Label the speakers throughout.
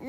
Speaker 1: 的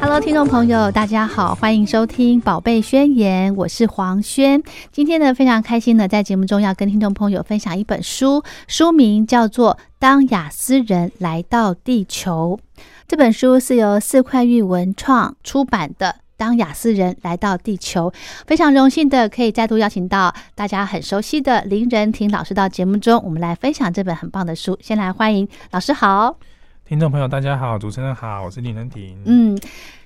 Speaker 2: Hello，听众朋友，大家好，欢迎收听《宝贝宣言》，我是黄轩。今天呢，非常开心呢，在节目中要跟听众朋友分享一本书，书名叫做《当雅思人来到地球》。这本书是由四块玉文创出版的。当雅思人来到地球，非常荣幸的可以再度邀请到大家很熟悉的林仁婷老师到节目中，我们来分享这本很棒的书。先来欢迎老师好。
Speaker 3: 听众朋友，大家好，主持人好，我是林仁婷。，
Speaker 2: 嗯，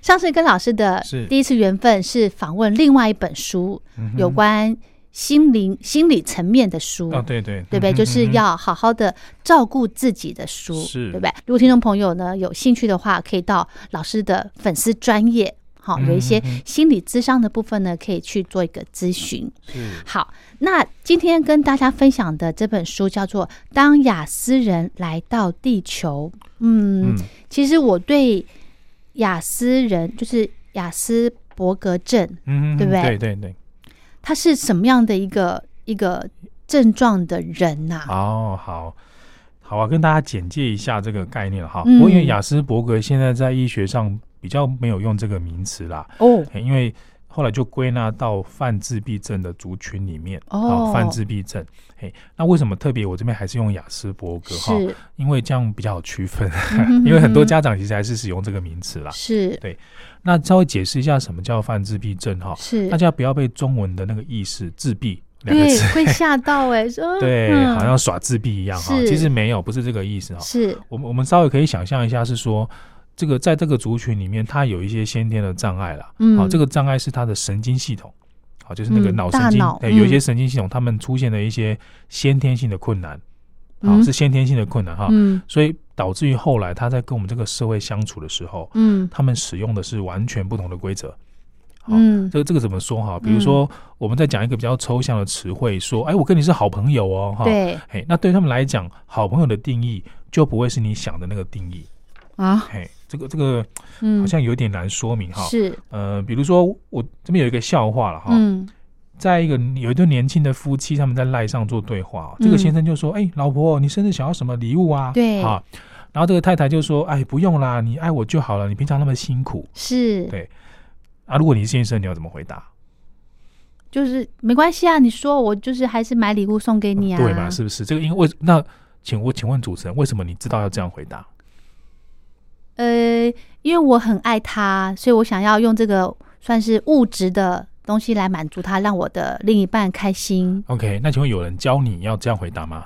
Speaker 2: 上次跟老师的
Speaker 3: 是
Speaker 2: 第一次缘分是访问另外一本书，
Speaker 3: 嗯哼
Speaker 2: 有关心灵心理层面的书。
Speaker 3: 哦，对对，
Speaker 2: 对不对？
Speaker 3: 嗯哼
Speaker 2: 就是要好好的照顾自己的书，
Speaker 3: 是
Speaker 2: 对不对？如果听众朋友呢有兴趣的话，可以到老师的粉丝专业，好、有一些
Speaker 3: 嗯哼哼
Speaker 2: 心理咨商的部分呢，可以去做一个咨询。
Speaker 3: 是
Speaker 2: 好，那今天跟大家分享的这本书叫做《当雅思人来到地球》。嗯，
Speaker 3: 嗯
Speaker 2: 其实我对雅思人，就是雅思伯格症，
Speaker 3: 嗯哼哼
Speaker 2: 对不对
Speaker 3: 对对对。
Speaker 2: 他是什么样的一个一个症状的人啊呐、
Speaker 3: 哦，好，好啊，跟大家简介一下这个概念哈。
Speaker 2: 嗯
Speaker 3: 不过因为雅斯伯格现在在医学上比较没有用这个名词啦，
Speaker 2: 哦，
Speaker 3: 嘿因为后来就归纳到泛自闭症的族群里面。
Speaker 2: 哦
Speaker 3: 好泛自闭症。嘿，那为什么特别我这边还是用雅斯伯格哈？
Speaker 2: 是
Speaker 3: 因为这样比较好区分
Speaker 2: 哼哼，
Speaker 3: 因为很多家长其实还是使用这个名词啦。
Speaker 2: 是
Speaker 3: 那稍微解释一下什么叫泛自闭症哈。
Speaker 2: 是
Speaker 3: 大，家不要被中文的那个意识“自闭”两个
Speaker 2: 对
Speaker 3: 字，，
Speaker 2: 会吓到 哎、说
Speaker 3: 对，
Speaker 2: 嗯
Speaker 3: 好像耍自闭一样哈。啊
Speaker 2: 是
Speaker 3: 其实没有，不是这个意思哈。
Speaker 2: 是
Speaker 3: 我们我们稍微可以想象一下，是说这个在这个族群里面，他有一些先天的障碍啦。
Speaker 2: 嗯
Speaker 3: 好，这个障碍是他的神经系统，好，就是那个
Speaker 2: 嗯
Speaker 3: 脑
Speaker 2: 大
Speaker 3: 神经
Speaker 2: 脑，
Speaker 3: 对，有一些
Speaker 2: 嗯
Speaker 3: 神经系统，他们出现了一些先天性的困难，好，
Speaker 2: 嗯
Speaker 3: 是先天性的困难哈。
Speaker 2: 嗯
Speaker 3: 所以导致于后来他在跟我们这个社会相处的时候，
Speaker 2: 嗯
Speaker 3: 他们使用的是完全不同的规则。好，
Speaker 2: 嗯
Speaker 3: 这个这个怎么说哈？比如说，我们在讲一个比较抽象的词汇，说，哎，我跟你是好朋友哦，哈。。
Speaker 2: 对
Speaker 3: 嘿，那对他们来讲，好朋友的定义就不会是你想的那个定义。
Speaker 2: 啊
Speaker 3: 嘿，这个这个
Speaker 2: 嗯
Speaker 3: 好像有点难说明哈。
Speaker 2: 是
Speaker 3: 呃，比如说我这边有一个笑话了哈，
Speaker 2: 嗯
Speaker 3: 在一个有一对年轻的夫妻，他们在赖上做对话，哦这个
Speaker 2: 嗯
Speaker 3: 先生就说：“哎、老婆，你生日想要什么礼物啊？”
Speaker 2: 对
Speaker 3: 啊。然后这个太太就说：“哎，不用啦，你爱我就好了，你平常那么辛苦
Speaker 2: 是
Speaker 3: 对啊。如果你是先生，你要怎么回答？
Speaker 2: 就是没关系啊，你说我就是还是买礼物送给你啊，
Speaker 3: 对嘛？是不是？这个因为那，请我请问主持人，为什么你知道要这样回答？
Speaker 2: 呃，因为我很爱他，所以我想要用这个算是物质的东西来满足他，让我的另一半开心。
Speaker 3: OK，那请问有人教你要这样回答吗？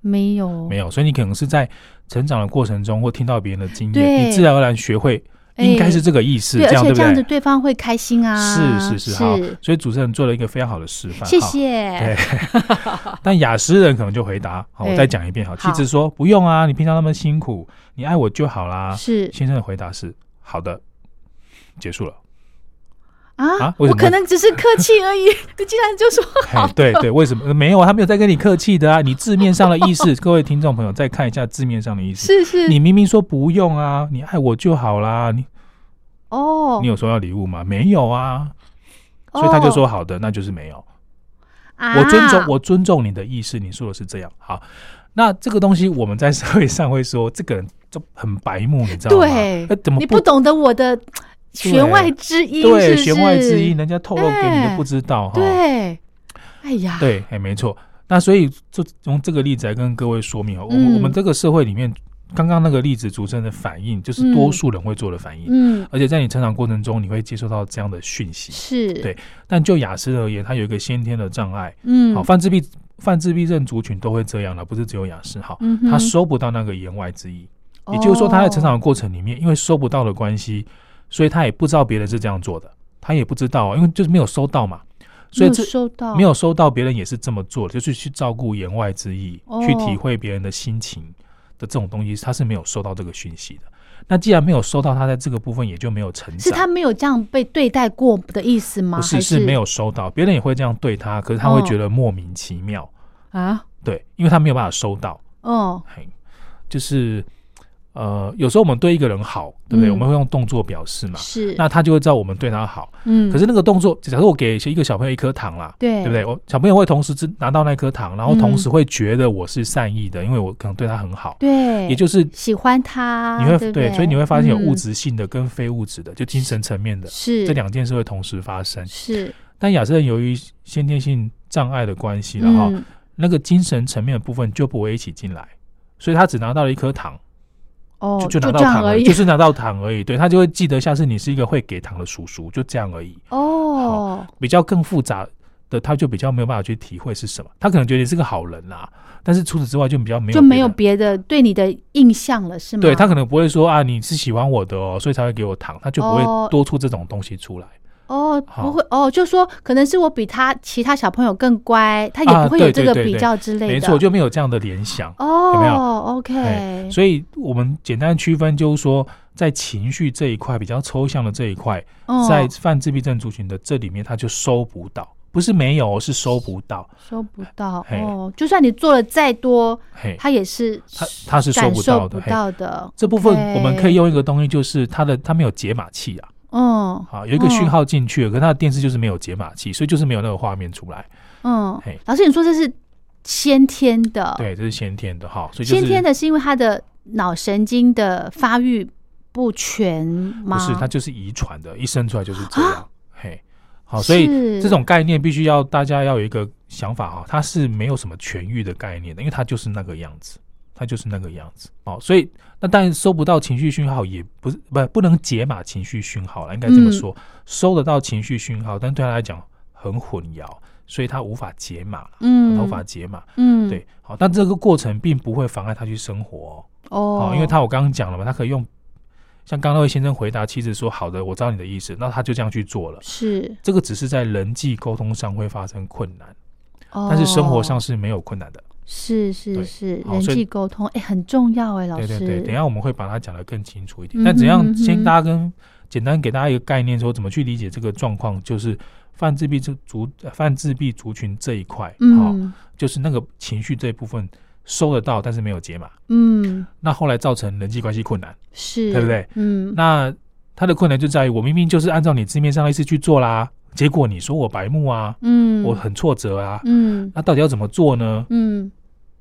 Speaker 2: 没有，
Speaker 3: 没
Speaker 2: 有，
Speaker 3: 有，所以你可能是在成长的过程中或听到别人的经
Speaker 2: 对
Speaker 3: 验，你自然而然学会，应该是这个意思，
Speaker 2: 对，
Speaker 3: 这
Speaker 2: 而
Speaker 3: 样
Speaker 2: 且
Speaker 3: 对不
Speaker 2: 这
Speaker 3: 对
Speaker 2: 样子？对方会开心啊。
Speaker 3: 是是是，好，所以主持人做了一个非常好啊的示范，
Speaker 2: 谢
Speaker 3: 哈。
Speaker 2: 谢。
Speaker 3: 对， 但雅思人可能就回答，好，我
Speaker 2: 对
Speaker 3: 再讲一遍，好，
Speaker 2: 好
Speaker 3: 妻子说不用啊，你平常那么辛苦，你爱我就好啦。
Speaker 2: 是
Speaker 3: 先生的回答是好的，结束了。
Speaker 2: 啊
Speaker 3: 啊，
Speaker 2: 我
Speaker 3: 为什么
Speaker 2: 可能只是客气而已， 你竟然就 说好
Speaker 3: 嘿，对对，为什么呃没有啊？他没有在跟你客气的啊！你字面上的意 思，各位听众朋友再看一下字面上的意思，
Speaker 2: 是 是
Speaker 3: 你明明说不用啊，你爱我就好啦，你
Speaker 2: 哦，
Speaker 3: 你有收到礼物吗？没有啊，所以他就说好的，那就是没有。
Speaker 2: 啊，
Speaker 3: 我尊重我尊重你的意思，你说的是这样好。那这个东西我们在社会上会说这个人就很白目，你知道吗？
Speaker 2: 对
Speaker 3: 哎，怎么
Speaker 2: 你不懂得我的弦外之音，是
Speaker 3: 对
Speaker 2: 不是
Speaker 3: 弦外之音，，哦人家透露给你
Speaker 2: 哎
Speaker 3: 都不知道哈。
Speaker 2: 对，哎呀，
Speaker 3: 对，哎，没错。那所以就用这个例子来跟各位说明哦，我
Speaker 2: 嗯
Speaker 3: 们我们这个社会里面，刚刚那个例子主持人的反应，就是多
Speaker 2: 嗯
Speaker 3: 数人会做的反应，
Speaker 2: 嗯，
Speaker 3: 而且在你成长过程中，你会接受到这样的讯息。
Speaker 2: 是，
Speaker 3: 对但就雅思而言，它有一个先天的障碍，
Speaker 2: 嗯，
Speaker 3: 好，，泛自闭泛自闭症族群都会这样了，不是只有雅思好，
Speaker 2: 嗯哼，哦
Speaker 3: 他收不到那个言外之意，也就是说他在成长的过程里面，因为收不到的关系，所以他也不知道别人是这样做的，他也不知道啊，因为就是没有收到嘛，所以
Speaker 2: 没有
Speaker 3: 这
Speaker 2: 收到，
Speaker 3: 没有收到别人也是这么做的，就是去照顾言外之意，
Speaker 2: 哦
Speaker 3: 去体会别人的心情的这种东西，他是没有收到这个讯息的。那既然没有收到，他在这个部分也就没有成长。
Speaker 2: 是他没有这样被对待过的意思吗？
Speaker 3: 不
Speaker 2: 还
Speaker 3: 是
Speaker 2: 是
Speaker 3: 是没有收到，别人也会这样对他，可是他会
Speaker 2: 哦
Speaker 3: 觉得莫名其妙，
Speaker 2: 啊，
Speaker 3: 对，因为他没有办法收到。
Speaker 2: 哦，
Speaker 3: 嘿，就是呃，有时候我们对一个人好，对不对？
Speaker 2: 嗯
Speaker 3: 我们会用动作表示嘛，
Speaker 2: 是，
Speaker 3: 那他就会知道我们对他好。
Speaker 2: 嗯，
Speaker 3: 可是那个动作，假如我给一个小朋友一颗糖啦，
Speaker 2: 对嗯
Speaker 3: 对不对？我小朋友会同时知拿到那颗糖，然后同时会觉得我是善意的，因为我可能对他很好，
Speaker 2: 对，
Speaker 3: 也就是你
Speaker 2: 喜欢他，
Speaker 3: 会
Speaker 2: 对不对，
Speaker 3: 所以你会发现有物
Speaker 2: 嗯
Speaker 3: 质性的跟非物质的，就精神层面的
Speaker 2: 是
Speaker 3: 这两件事会同时发生。
Speaker 2: 是，
Speaker 3: 但亚瑟人由于先天性障碍的关系，然后
Speaker 2: 嗯
Speaker 3: 那个精神层面的部分就不会一起进来，所以他只拿到了一颗糖。
Speaker 2: 哦，
Speaker 3: 就就拿
Speaker 2: 这
Speaker 3: 到
Speaker 2: 样
Speaker 3: 糖
Speaker 2: 而
Speaker 3: 已，
Speaker 2: 已，
Speaker 3: 就是拿到糖而已。对他就会记得下次你是一个会给糖的叔叔，就这样而已。
Speaker 2: 哦，
Speaker 3: 比较更复杂的，他就比较没有办法去体会是什么。他可能觉得你是个好人啦、啊但是除此之外就比较没有
Speaker 2: 就没有
Speaker 3: 别的。
Speaker 2: 别的对你的印象了，是吗？
Speaker 3: 对他可能不会说啊，你是喜欢我的哦，所以才会给我糖，他就不
Speaker 2: 哦
Speaker 3: 会多出这种东西出来。
Speaker 2: 哦，
Speaker 3: 好
Speaker 2: 不会哦，就说可能是我比他其他小朋友更乖，他也
Speaker 3: 啊
Speaker 2: 不会有
Speaker 3: 对
Speaker 2: 这
Speaker 3: 对
Speaker 2: 个
Speaker 3: 对
Speaker 2: 比
Speaker 3: 对
Speaker 2: 较之类的。
Speaker 3: 没错，就没有这样的联想。有没有
Speaker 2: 哦，OK，
Speaker 3: 哎所以我们简单区分就是说，在情绪这一块比较抽象的这一块，
Speaker 2: 哦
Speaker 3: 在犯自闭症族群的这里面，他就收不到，不是没有哦，是收不到。
Speaker 2: 收不到
Speaker 3: 哎嘿
Speaker 2: 哦，就算你做了再多，
Speaker 3: 嘿，
Speaker 2: 他也是
Speaker 3: 他他是收
Speaker 2: 感
Speaker 3: 不
Speaker 2: 受
Speaker 3: 到
Speaker 2: 不
Speaker 3: 的。嘿
Speaker 2: 到的。
Speaker 3: 这部分
Speaker 2: OK
Speaker 3: 我们可以用一个东西，就是它的它没有解码器啊，
Speaker 2: 嗯
Speaker 3: 啊，有一个讯号进去了，可是它的电视就是没有解码器，所以就是没有那个画面出来。
Speaker 2: 嗯
Speaker 3: 嘿，
Speaker 2: 老师，你说这是先天的，
Speaker 3: 对，这是先天的哈，所以就是
Speaker 2: 哦先天的是因为他的脑神经的发育不全吗？啊
Speaker 3: 不是它就是遗传的，一生出来就是这样。嘿，好，所
Speaker 2: 是
Speaker 3: 以这种概念必须要大家要有一个想法哈，它是没有什么痊愈的概念的，因为它就是那个样子。它就是那个样子哦，所以那但收不到情绪讯号，也不是不不能解码情绪讯号了，应该这么
Speaker 2: 嗯
Speaker 3: 说，收得到情绪讯号，但对他来讲很混淆，所以他无法解码了，
Speaker 2: 嗯
Speaker 3: 他无法解码，
Speaker 2: 嗯，
Speaker 3: 对，好，但这个过程并不会妨碍他去生活哦，
Speaker 2: 哦
Speaker 3: 好，因为他我刚刚讲了嘛，他可以用像刚刚那位先生回答妻子说好的，我知道你的意思，那他就这样去做了，
Speaker 2: 是，
Speaker 3: 这个只是在人际沟通上会发生困难，
Speaker 2: 哦
Speaker 3: 但是生活上是没有困难的，
Speaker 2: 是是
Speaker 3: 对
Speaker 2: 是
Speaker 3: 好
Speaker 2: 人
Speaker 3: 所以
Speaker 2: 际沟通，哎，很重要哎，老
Speaker 3: 对
Speaker 2: 师，
Speaker 3: 对对，等一下我们会把它讲得更清楚
Speaker 2: 嗯
Speaker 3: 一点。但怎样
Speaker 2: 嗯嗯
Speaker 3: 先大家跟简单给大家一个概念，说怎么去理解这个状况，就是泛自闭这族呃泛自闭族群这一块，哦，
Speaker 2: 嗯
Speaker 3: 就是那个情绪这一部分收得到，但是没有解码，
Speaker 2: 嗯，
Speaker 3: 那后来造成人际关系困难。
Speaker 2: 是，
Speaker 3: 对不对？
Speaker 2: 嗯，
Speaker 3: 那他的困难就在于，我明明就是按照你字面上的意思去做啦，结果你说我白目啊，
Speaker 2: 嗯，
Speaker 3: 我很挫折啊，
Speaker 2: 嗯
Speaker 3: 那到底要怎么做呢？
Speaker 2: 嗯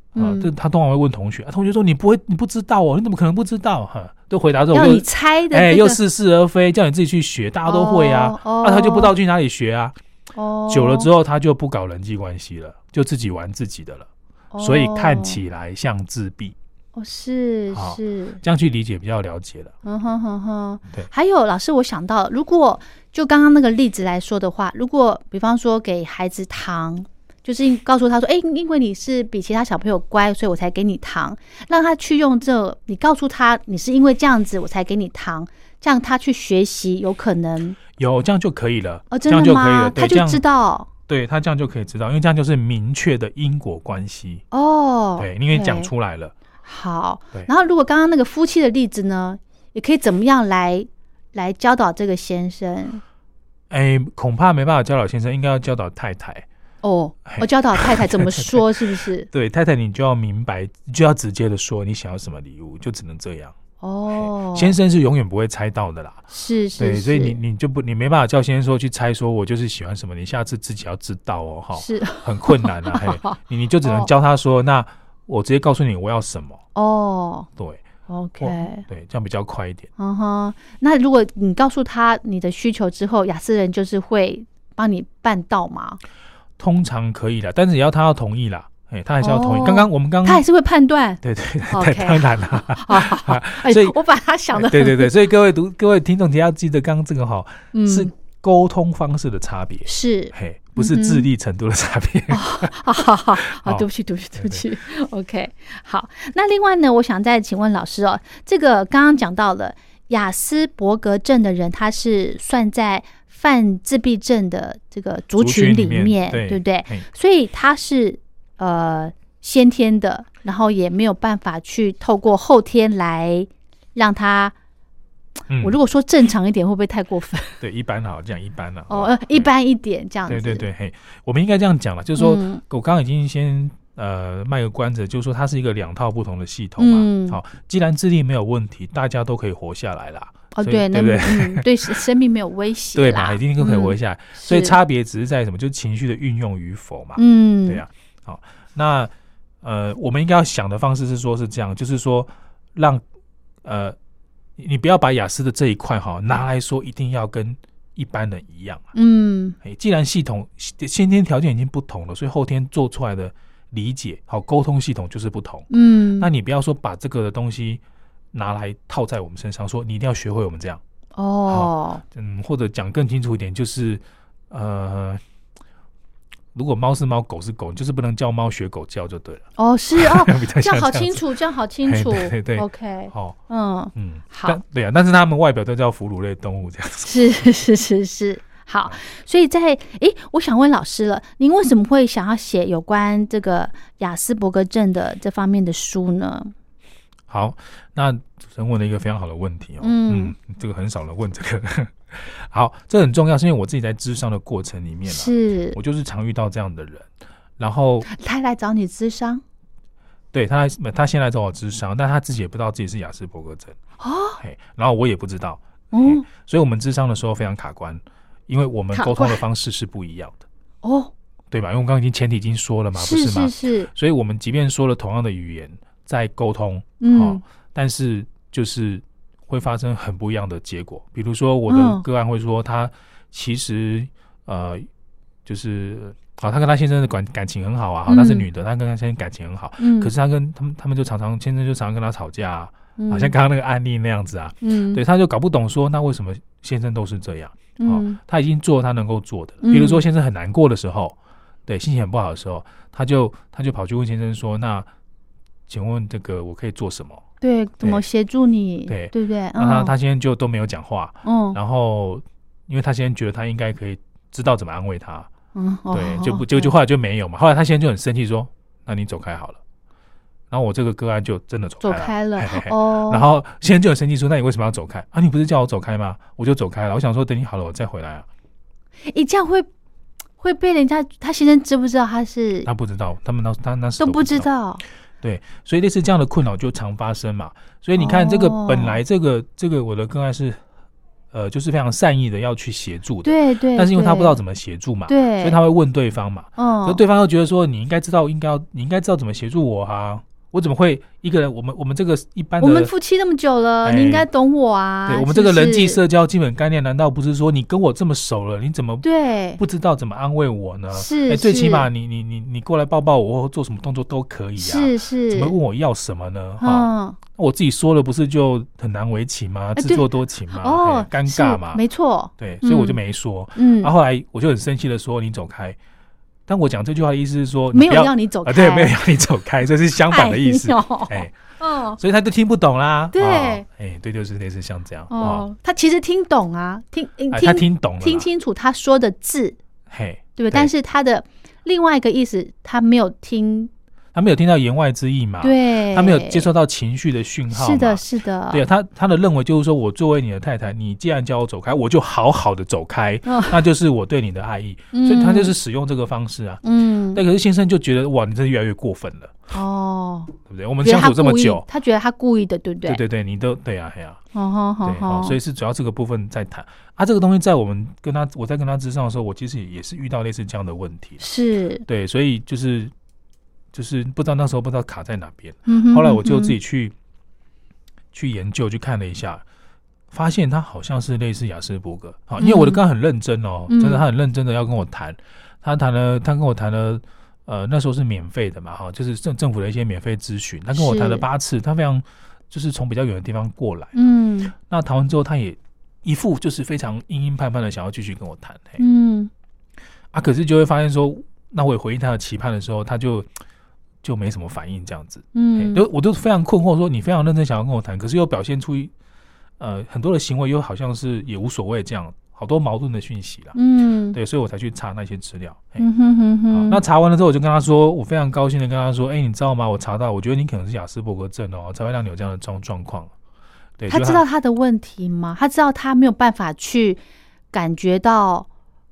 Speaker 3: 啊，
Speaker 2: 嗯
Speaker 3: 这他通常会问同学，啊、同学说你不会，你不知道哦，你怎么可能不知道？哈、都回答之后
Speaker 2: 要
Speaker 3: 就
Speaker 2: 你猜的，
Speaker 3: 哎，又似是而非，叫你自己去学，大家都会啊，那、
Speaker 2: 哦哦
Speaker 3: 他就不知道去哪里学啊。
Speaker 2: 哦，
Speaker 3: 久了之后，他就不搞人际关系了，就自己玩自己的了，
Speaker 2: 后
Speaker 3: 所以看起来像自闭，
Speaker 2: 哦是
Speaker 3: 好
Speaker 2: 是，
Speaker 3: 这样去理解比较了解了。
Speaker 2: 嗯哼哼哼
Speaker 3: 对，
Speaker 2: 还有老师，我想到，如果就刚刚那个例子来说的话，如果比方说给孩子糖，就是告诉他说，哎、因为你是比其他小朋友乖，所以我才给你糖，让他去用这，你告诉他你是因为这样子我才给你糖，这样他去学习有可能
Speaker 3: 有这样就可以了，
Speaker 2: 哦，
Speaker 3: 这
Speaker 2: 真
Speaker 3: 样
Speaker 2: 的
Speaker 3: 就可以
Speaker 2: 吗？
Speaker 3: 了，
Speaker 2: 他
Speaker 3: 对，
Speaker 2: 就
Speaker 3: 这样
Speaker 2: 知道
Speaker 3: 对他这样就可以知道，因为这样就是明确的因果关系，
Speaker 2: 哦，
Speaker 3: 对，因为讲
Speaker 2: OK
Speaker 3: 出来了，
Speaker 2: 好
Speaker 3: 对，
Speaker 2: 然后如果刚刚那个夫妻的例子呢，也可以怎么样来来教导这个先生
Speaker 3: 哎，恐怕没办法教导先生，应该要教导太太。
Speaker 2: 哦，我
Speaker 3: 嘿
Speaker 2: 教导太太怎么说，是不 是？
Speaker 3: 对，太太你就要明白，你就要直接的说你想要什么礼物，就只能这样。
Speaker 2: 哦，
Speaker 3: 先生是永远不会猜到的啦。
Speaker 2: 是是
Speaker 3: 对，
Speaker 2: 是，
Speaker 3: 所以你你就不你没办法叫先生说去猜，说我就是喜欢什么，你下次自己要知道哦，哈，
Speaker 2: 是
Speaker 3: 很困难啊，嘿，你你就只能教他说，那我直接告诉你我要什么，
Speaker 2: 哦
Speaker 3: 对，
Speaker 2: ，OK，
Speaker 3: 或对，这样比较快一点。
Speaker 2: 嗯哼，那如果你告诉他你的需求之后，雅思人就是会帮你办到吗？
Speaker 3: 通常可以啦，但是也要他要同意啦，哎，他还是要同意。
Speaker 2: 哦
Speaker 3: 刚刚我们刚
Speaker 2: 他还是会判断。
Speaker 3: 对对对，
Speaker 2: OK
Speaker 3: 当然啦，
Speaker 2: 好好好， 哎
Speaker 3: 所以，
Speaker 2: 我把他想的
Speaker 3: 对对对，所以各位读各位听众，你要记得刚刚这个哈
Speaker 2: 嗯
Speaker 3: 是沟通方式的差别，
Speaker 2: 是，
Speaker 3: 嘿，不是智力程度的差别。
Speaker 2: 嗯好好好，好，
Speaker 3: 好
Speaker 2: 对不起，对不起，对不
Speaker 3: 对
Speaker 2: 起。OK，好，那另外呢，我想再请问老师哦，这个刚刚讲到了雅斯伯格症的人，他是算在犯自闭症的这个族群里
Speaker 3: 族群里面对
Speaker 2: 对不对
Speaker 3: 嘿？
Speaker 2: 所以他是呃先天的，然后也没有办法去透过后天来让他。
Speaker 3: 嗯
Speaker 2: 我如果说正常一点，会不会太过分？
Speaker 3: 对一般啊好，这样一般啦。
Speaker 2: 哦，呃一般一点这样子。
Speaker 3: 对对对，嘿，我们应该这样讲了，就是说
Speaker 2: 嗯
Speaker 3: 我刚刚已经先呃卖个关子，就是说它是一个两套不同的系统
Speaker 2: 嗯
Speaker 3: 嘛。好，既然智力没有问题，大家都可以活下来啦。
Speaker 2: 哦，
Speaker 3: 所以
Speaker 2: 对，那
Speaker 3: 对不对？
Speaker 2: 嗯，对生生命没有威胁
Speaker 3: 对
Speaker 2: 啦
Speaker 3: 嘛，一定都可以活
Speaker 2: 嗯
Speaker 3: 下来。所以
Speaker 2: 是
Speaker 3: 差别只是在什么，就是情绪的运用与否嘛。
Speaker 2: 嗯，
Speaker 3: 对呀、啊好，那呃，我们应该要想的方式是说，是这样，就是说让呃，你你不要把雅思的这一块哈拿来说，一定要跟一般人一样。
Speaker 2: 嗯
Speaker 3: 哎，既然系统先天条件已经不同了，所以后天做出来的理解好沟通系统就是不同。
Speaker 2: 嗯，
Speaker 3: 那你不要说把这个的东西拿来套在我们身上，说你一定要学会我们这样。
Speaker 2: 哦，
Speaker 3: 嗯，或者讲更清楚一点，就是呃，如果猫是猫，狗是狗，你就是不能叫猫学狗叫就对了。
Speaker 2: 哦是 哦
Speaker 3: ，比较
Speaker 2: 这样
Speaker 3: 像
Speaker 2: 好
Speaker 3: 这样
Speaker 2: 清
Speaker 3: 子
Speaker 2: 楚，这样好清
Speaker 3: 嘿
Speaker 2: 楚，
Speaker 3: 对对对
Speaker 2: o k
Speaker 3: 哦，
Speaker 2: 嗯，
Speaker 3: 嗯，
Speaker 2: 好
Speaker 3: 但对啊，但是他们外表都叫哺乳类动物这样子。
Speaker 2: 是是是是，好，所以在诶，我想问老师了，您为什么会想要写有关这个雅斯伯格症的这方面的书呢？
Speaker 3: 好，那主持人问了一个非常好的问题哦，
Speaker 2: 嗯
Speaker 3: 这个很少人问这个。 好，这很重要，是因为我自己在智商的过程里面啊，
Speaker 2: 是
Speaker 3: 我就是常遇到这样的人，然后
Speaker 2: 他来找你咨商
Speaker 3: 对他，他先来找我智商，但他自己也不知道自己是雅斯伯格症
Speaker 2: 哦，
Speaker 3: 嘿，然后我也不知道，
Speaker 2: 嗯
Speaker 3: 嗯，所以我们智商的时候非常卡关，因为我们
Speaker 2: 卡
Speaker 3: 沟通的
Speaker 2: 关
Speaker 3: 方式是不一样的，
Speaker 2: 哦，
Speaker 3: 对吧？因为我刚刚已经前提已经说了嘛，不
Speaker 2: 是
Speaker 3: 吗
Speaker 2: 是？是，
Speaker 3: 所以我们即便说了同样的语言在沟通，
Speaker 2: 嗯
Speaker 3: 哦，但是就是会发生很不一样的结果。比如说我的
Speaker 2: 嗯
Speaker 3: 个案会说，他其实呃，就是啊，他跟他先生的感感情很好啊，好，她是
Speaker 2: 嗯
Speaker 3: 女的，她跟她先生感情很好，
Speaker 2: 嗯，
Speaker 3: 可是他跟他们他们就常常先生就常常跟他吵架、啊，好像
Speaker 2: 嗯
Speaker 3: 刚刚那个案例那样子啊，
Speaker 2: 嗯
Speaker 3: 对，他就搞不懂说，那为什么先生都是这样？
Speaker 2: 嗯
Speaker 3: 哦，他已经做他能够做的了。
Speaker 2: 嗯
Speaker 3: 比如说先生很难过的时候，对，心情很不好的时候，他就他就跑去问先生说：“那请问这个我可以做什么
Speaker 2: 对，怎么
Speaker 3: 对
Speaker 2: 协助你？
Speaker 3: 对
Speaker 2: 对不对？？”
Speaker 3: 那他
Speaker 2: 嗯
Speaker 3: 他先生就都没有讲话，
Speaker 2: 嗯
Speaker 3: 然后因为他先生觉得他应该可以知道怎么安慰他，
Speaker 2: 嗯，
Speaker 3: 对，
Speaker 2: 哦
Speaker 3: 就不就就后来就没有嘛。后来他先生就很生气说：“那你走开好了。”然后我这个个案就真的走
Speaker 2: 走
Speaker 3: 开
Speaker 2: 开
Speaker 3: 了，
Speaker 2: 了
Speaker 3: 嘿嘿嘿
Speaker 2: 哦，
Speaker 3: 然后先生就很生气说：“那你为什么要走开啊？你不是叫我走开吗？我就走开了。我想说等你好了我再回来啊。
Speaker 2: 诶，这样会会被人家他先生知不知道他是
Speaker 3: 他不知道，他们那他那时
Speaker 2: 都
Speaker 3: 不
Speaker 2: 不知，道
Speaker 3: 对，所以类似这样的困扰就常发生嘛。所以你看，这个
Speaker 2: 哦
Speaker 3: 本来这个这个我的个案是，呃，就是非常善意的要去协助的，
Speaker 2: 对对，
Speaker 3: 但是因为他不知道
Speaker 2: 么
Speaker 3: 怎么协助嘛，
Speaker 2: 对，
Speaker 3: 所以他会问对方嘛，可
Speaker 2: 嗯
Speaker 3: 是对方又觉得说你应该知道，应该要你应该知道怎么协助我啊，我怎么会一个人？我们我们这个一般
Speaker 2: 我们
Speaker 3: 的。
Speaker 2: 夫妻那么久了，
Speaker 3: 哎
Speaker 2: 你应该懂我啊，
Speaker 3: 对我们这个
Speaker 2: 是不是
Speaker 3: 人际社交基本概念，难道不是说你跟我这么熟了，你怎么
Speaker 2: 对
Speaker 3: 不知道怎么安慰我呢？
Speaker 2: 是
Speaker 3: 哎最起
Speaker 2: 是
Speaker 3: 码你你你你过来抱抱我，或做什么动作都可以啊。
Speaker 2: 是是
Speaker 3: 怎么问啊我要什么呢？哈、
Speaker 2: 嗯
Speaker 3: 我自己说了不是就很难为情吗？
Speaker 2: 啊对
Speaker 3: 自作多情吗？
Speaker 2: 哦
Speaker 3: 哎尴
Speaker 2: 是
Speaker 3: 尬嘛？啊哦
Speaker 2: 没错，
Speaker 3: 对，所以我就
Speaker 2: 嗯
Speaker 3: 没说。
Speaker 2: 嗯
Speaker 3: 然、，后后来我就很生气的说：“你走开。”但我讲这句话的意思是说，
Speaker 2: 没
Speaker 3: 不
Speaker 2: 有要你走开，
Speaker 3: 啊，对，没有要你走 开，这是相反的意思
Speaker 2: 哎。
Speaker 3: 哎、
Speaker 2: 呦嗯。
Speaker 3: 所以他就听不懂啦。
Speaker 2: 对
Speaker 3: 哦哎、对，就是类似像这样。哦，
Speaker 2: 哦，他其实听懂啊，听
Speaker 3: 哎他
Speaker 2: 听
Speaker 3: 听懂了啦，
Speaker 2: 听清楚他说的字，
Speaker 3: 嘿，
Speaker 2: 对不对？但是他的另外一个意思，他没有听，
Speaker 3: 他没有听到言外之意嘛？，
Speaker 2: 对，
Speaker 3: 啊他没有接受到情绪的讯号嘛。
Speaker 2: 是的，是的，
Speaker 3: 对啊，他他的认为就是说，我作为你的太太，你既然叫我走开，我就好好的走开，
Speaker 2: 嗯
Speaker 3: 那就是我对你的爱意，
Speaker 2: 嗯
Speaker 3: 所以他就是使用这个方式啊。
Speaker 2: 嗯，
Speaker 3: 但可是先生就觉得，哇，你这越来越过分了，
Speaker 2: 哦，
Speaker 3: 对不对？我们
Speaker 2: 觉得
Speaker 3: 相
Speaker 2: 他
Speaker 3: 处这么
Speaker 2: 故意
Speaker 3: 久，
Speaker 2: 他觉得他故意的，对不对？
Speaker 3: 对对对，你都对啊，哎呀、
Speaker 2: 哦吼
Speaker 3: 啊，
Speaker 2: 吼
Speaker 3: 对、哦
Speaker 2: 吼，
Speaker 3: 所以是主要这个部分在谈啊。这个东西在我们跟他，我在跟他之上的时候，我其实也是遇到类似这样的问题，
Speaker 2: 是
Speaker 3: 对，所以就是就是不知道那时候不知道卡在哪边。
Speaker 2: 嗯哼
Speaker 3: 后来我就自己
Speaker 2: 嗯
Speaker 3: 去去研究，去看了一下，发现他好像是类似雅斯伯格啊，因为我的
Speaker 2: 嗯
Speaker 3: 哥很认真哦，
Speaker 2: 嗯
Speaker 3: 真的他很认真的要跟我谈，他谈了，他跟我谈了。呃，那时候是免费的嘛，哈，就是政政府的一些免费咨询。他跟我谈了
Speaker 2: 是
Speaker 3: 八次，他非常就是从比较远的地方过来。
Speaker 2: 嗯
Speaker 3: 那谈完之后，他也一副就是非常硬硬盼盼的想要继续跟我谈。嘿，
Speaker 2: 嗯
Speaker 3: 啊，可是就会发现说，那我也回应他的期盼的时候，他就就没什么反应，这样子。
Speaker 2: 嗯，
Speaker 3: 哎就我都非常困惑，说你非常认真想要跟我谈，可是又表现出一呃很多的行为又好像是也无所谓这样，好多矛盾的讯息啦。
Speaker 2: 嗯
Speaker 3: 对，所以我才去查那些资料。嘿
Speaker 2: 嗯哼哼
Speaker 3: 好
Speaker 2: 哼，
Speaker 3: 那查完了之后，我就跟他说，我非常高兴的跟他说，哎、你知道吗？我查到，我觉得你可能是雅斯伯格症哦，才会让你有这样的状状况。对，
Speaker 2: 他
Speaker 3: 就
Speaker 2: 知道他的问题吗？他知道他没有办法去感觉到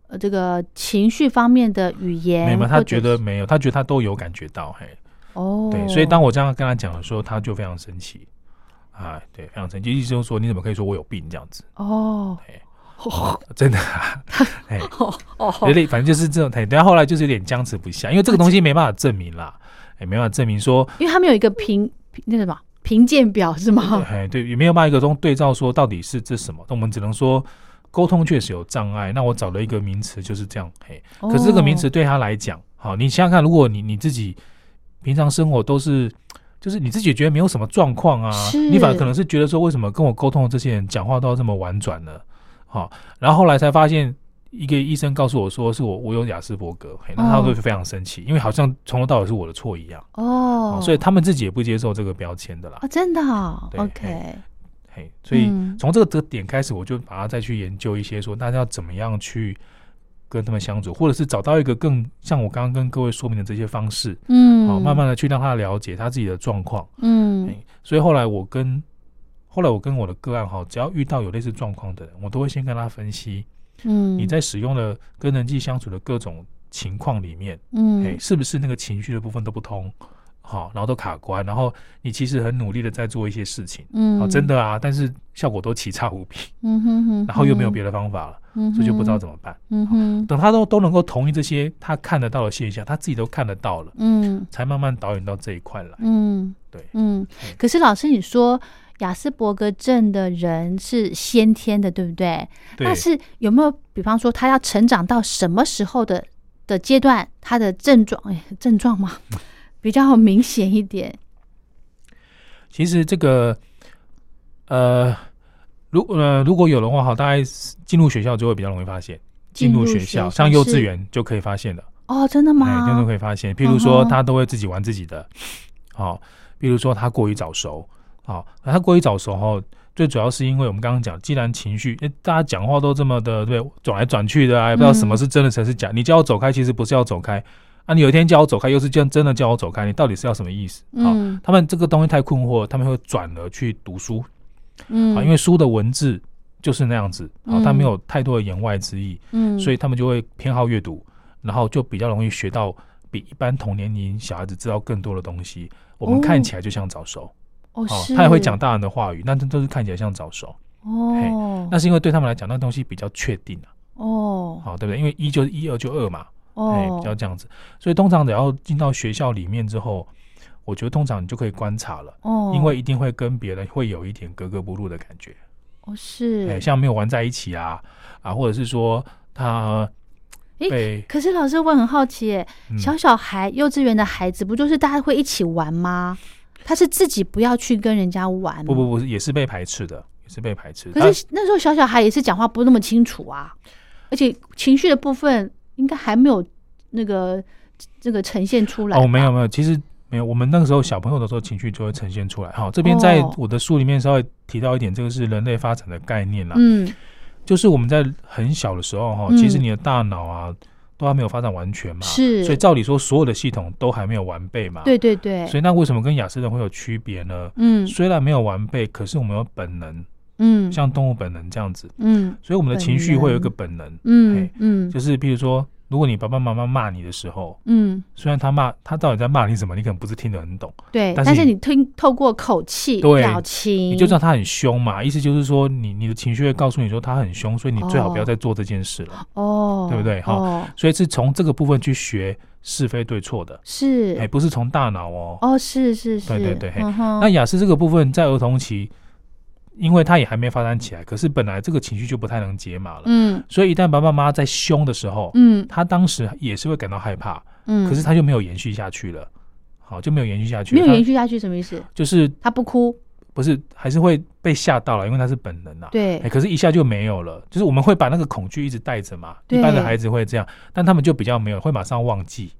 Speaker 2: 呃这个情绪方面的语言，
Speaker 3: 没有，
Speaker 2: 或
Speaker 3: 他
Speaker 2: 者
Speaker 3: 觉得
Speaker 2: 是
Speaker 3: 没有，他觉得他都有感觉到，嘿，
Speaker 2: 哦，
Speaker 3: 对，所以当我这样跟他讲的时候，他就非常生气，啊，对，非常生气，意思就是说你怎么可以说我有病这样子？
Speaker 2: 哦
Speaker 3: 真 的、啊，哎，
Speaker 2: 哦
Speaker 3: 有点，反正就是这种态度。但后来就是有点僵持不下，因为这个东西没办法证明啦，也没办法证明说，
Speaker 2: 因为他们有一个评评那个什么评鉴表是吗？
Speaker 3: 哎，对，也没有办法一个中对照说到底是这什么。那我们只能说沟通确实有障碍。那我找了一个名词就是这样，嘿，可是这个名
Speaker 2: 哦
Speaker 3: 词对他来讲，好，你想想看，如果你你自己平常生活都是。就是你自己觉得没有什么状况啊
Speaker 2: 是，
Speaker 3: 你反而可能是觉得说，为什么跟我沟通的这些人讲话都要这么婉转呢？好、然后后来才发现，一个医生告诉我说，是我我有雅斯伯格，嘿，那他
Speaker 2: 哦
Speaker 3: 会非常生气，因为好像从头到尾是我的错一样、
Speaker 2: 哦
Speaker 3: 啊，所以他们自己也不接受这个标签的啦
Speaker 2: 哦，真的哦
Speaker 3: 对哎
Speaker 2: ，OK，
Speaker 3: 嘿，所以
Speaker 2: 嗯
Speaker 3: 从这个这个点开始，我就把它再去研究一些，说大家要怎么样去跟他们相处，或者是找到一个更像我刚刚跟各位说明的这些方式，
Speaker 2: 嗯，
Speaker 3: 好、慢慢哎的去让他了解他自己的状况。
Speaker 2: 嗯
Speaker 3: 嘿所以后来我跟后来我跟我的个案哈，只要遇到有类似状况的人，我都会先跟他分析，
Speaker 2: 嗯，
Speaker 3: 你在使用了跟人际相处的各种情况里面，哎、
Speaker 2: 嗯
Speaker 3: 是不是那个情绪的部分都不通，好、然后都卡关，然后你其实很努力的在做一些事情，
Speaker 2: 嗯
Speaker 3: 好、真的啊，但是效果都奇差无比，
Speaker 2: 嗯哼哼，
Speaker 3: 然后又没有别的方法了，
Speaker 2: 嗯哼，
Speaker 3: 所以就不知道怎么办。
Speaker 2: 嗯哼
Speaker 3: 等他都都能够同意这些他看得到的现象，他自己都看得到了，
Speaker 2: 嗯
Speaker 3: 才慢慢导演到这一块来。
Speaker 2: 嗯
Speaker 3: 对，
Speaker 2: 嗯，可是老师你说。雅斯伯格症的人是先天的，对不对？
Speaker 3: 对
Speaker 2: 那是有没有，比方说他要成长到什么时候的的阶段，他的症状，哎，症状嘛，比较明显一点。
Speaker 3: 其实这个，呃，如呃如果有的话，好，大概是进入学校就会比较容易发现。进入学校，像幼稚
Speaker 2: 是
Speaker 3: 园就可以发现了，
Speaker 2: 哦，真的
Speaker 3: 哎，真的
Speaker 2: 吗？
Speaker 3: 可以发现。譬如
Speaker 2: 嗯
Speaker 3: 说，
Speaker 2: 哼
Speaker 3: 他都会自己玩自己的，好、譬如说他过于早熟，好、那他过于早熟后，最主要是因为我们刚刚讲，既然情绪，哎，大家讲话都这么的，对，转来转去的啊，也不知道什么是真的，谁是假。你叫我走开，其实不是要走开，啊，你有一天叫我走开，又是叫真的叫我走开，你到底是要什么意思？啊、
Speaker 2: 嗯
Speaker 3: 他们这个东西太困惑，他们会转而去读书，
Speaker 2: 嗯
Speaker 3: 啊，因为书的文字就是那样子，啊，
Speaker 2: 嗯
Speaker 3: 它没有太多的言外之意，
Speaker 2: 嗯，
Speaker 3: 所以他们就会偏好阅读，然后就比较容易学到比一般同年龄小孩子知道更多的东西。我们
Speaker 2: 哦
Speaker 3: 看起来就像早熟，
Speaker 2: 哦，是
Speaker 3: 他也会讲大人的话语，那这都是看起来像早熟。
Speaker 2: 哦，
Speaker 3: 那是因为对他们来讲，那东西比较确定啊，
Speaker 2: 哦
Speaker 3: 好、对不对？因为一就是一，二就二嘛，哎、
Speaker 2: 哦
Speaker 3: 比较这样子。所以通常只要进到学校里面之后，我觉得通常你就可以观察了。
Speaker 2: 哦，
Speaker 3: 因为一定会跟别人会有一点格格不入的感觉，
Speaker 2: 哦是
Speaker 3: 哎，像没有玩在一起啊，啊，或者是说他
Speaker 2: 诶
Speaker 3: 被
Speaker 2: 可是老师，我很好奇耶，
Speaker 3: 嗯
Speaker 2: 小小孩、幼稚园的孩子，不就是大家会一起玩吗？他是自己不要去跟人家玩吗，
Speaker 3: 不不不，也是被排斥的，啊也是被排斥。
Speaker 2: 嗯可是那时候小小孩也是讲话不那么清楚啊，而且情绪的部分应该还没有那个这个呈现出来。
Speaker 3: 哦，没有没有，其实没有，我们那个时候小朋友的时候情绪就会呈现出来。好，这边在
Speaker 2: 哦
Speaker 3: 我的书里面稍微提到一点，这个是人类发展的概念啦，
Speaker 2: 嗯
Speaker 3: 就是我们在很小的时候哈，
Speaker 2: 嗯
Speaker 3: 其实你的大脑啊都还没有发展完全嘛，
Speaker 2: 是
Speaker 3: 所以照理说所有的系统都还没有完备嘛，
Speaker 2: 对，对对，
Speaker 3: 啊所以那为什么跟雅思人会有区别呢？
Speaker 2: 嗯
Speaker 3: 虽然没有完备，可是我们有本能，
Speaker 2: 嗯
Speaker 3: 像动物本能这样子，
Speaker 2: 嗯
Speaker 3: 所以我们的情绪会有一个本能，
Speaker 2: 嗯
Speaker 3: 嘿
Speaker 2: 嗯
Speaker 3: 就是譬如说，如果你爸爸妈妈骂你的时候，
Speaker 2: 嗯，
Speaker 3: 虽然他骂他到底在骂你什么，你可能不是听得很懂，
Speaker 2: 对。
Speaker 3: 但是
Speaker 2: 但是
Speaker 3: 你
Speaker 2: 你听透过口气、
Speaker 3: 对
Speaker 2: 表情，
Speaker 3: 你就知道他很凶嘛，意思就是说你你的情绪会告诉你说他很凶，所以你最好不要再做这件事了，
Speaker 2: 哦，
Speaker 3: 对不对哈
Speaker 2: 哦，
Speaker 3: 所以是从这个部分去学是非对错的，哎，
Speaker 2: 是
Speaker 3: 不是从大脑哦。
Speaker 2: 哦，是是是，
Speaker 3: 对对对嘿
Speaker 2: 嗯哼
Speaker 3: 那雅思这个部分在儿童期，因为它也还没发展起来，可是本来这个情绪就不太能解码了，
Speaker 2: 嗯
Speaker 3: 所以一旦爸爸妈妈在凶的时候，
Speaker 2: 嗯
Speaker 3: 他当时也是会感到害怕，
Speaker 2: 嗯，
Speaker 3: 可是他就没有延续下去了，好就没有延续下去，
Speaker 2: 没有
Speaker 3: 他
Speaker 2: 延续下去什么意思？
Speaker 3: 就是
Speaker 2: 他不哭，
Speaker 3: 不是还是会被吓到了，因为他是本能啊。
Speaker 2: 对
Speaker 3: 哎、可是一下就没有了，就是我们会把那个恐惧一直带着嘛。
Speaker 2: 对
Speaker 3: 一般的孩子会这样，但他们就比较没有，会马上忘记。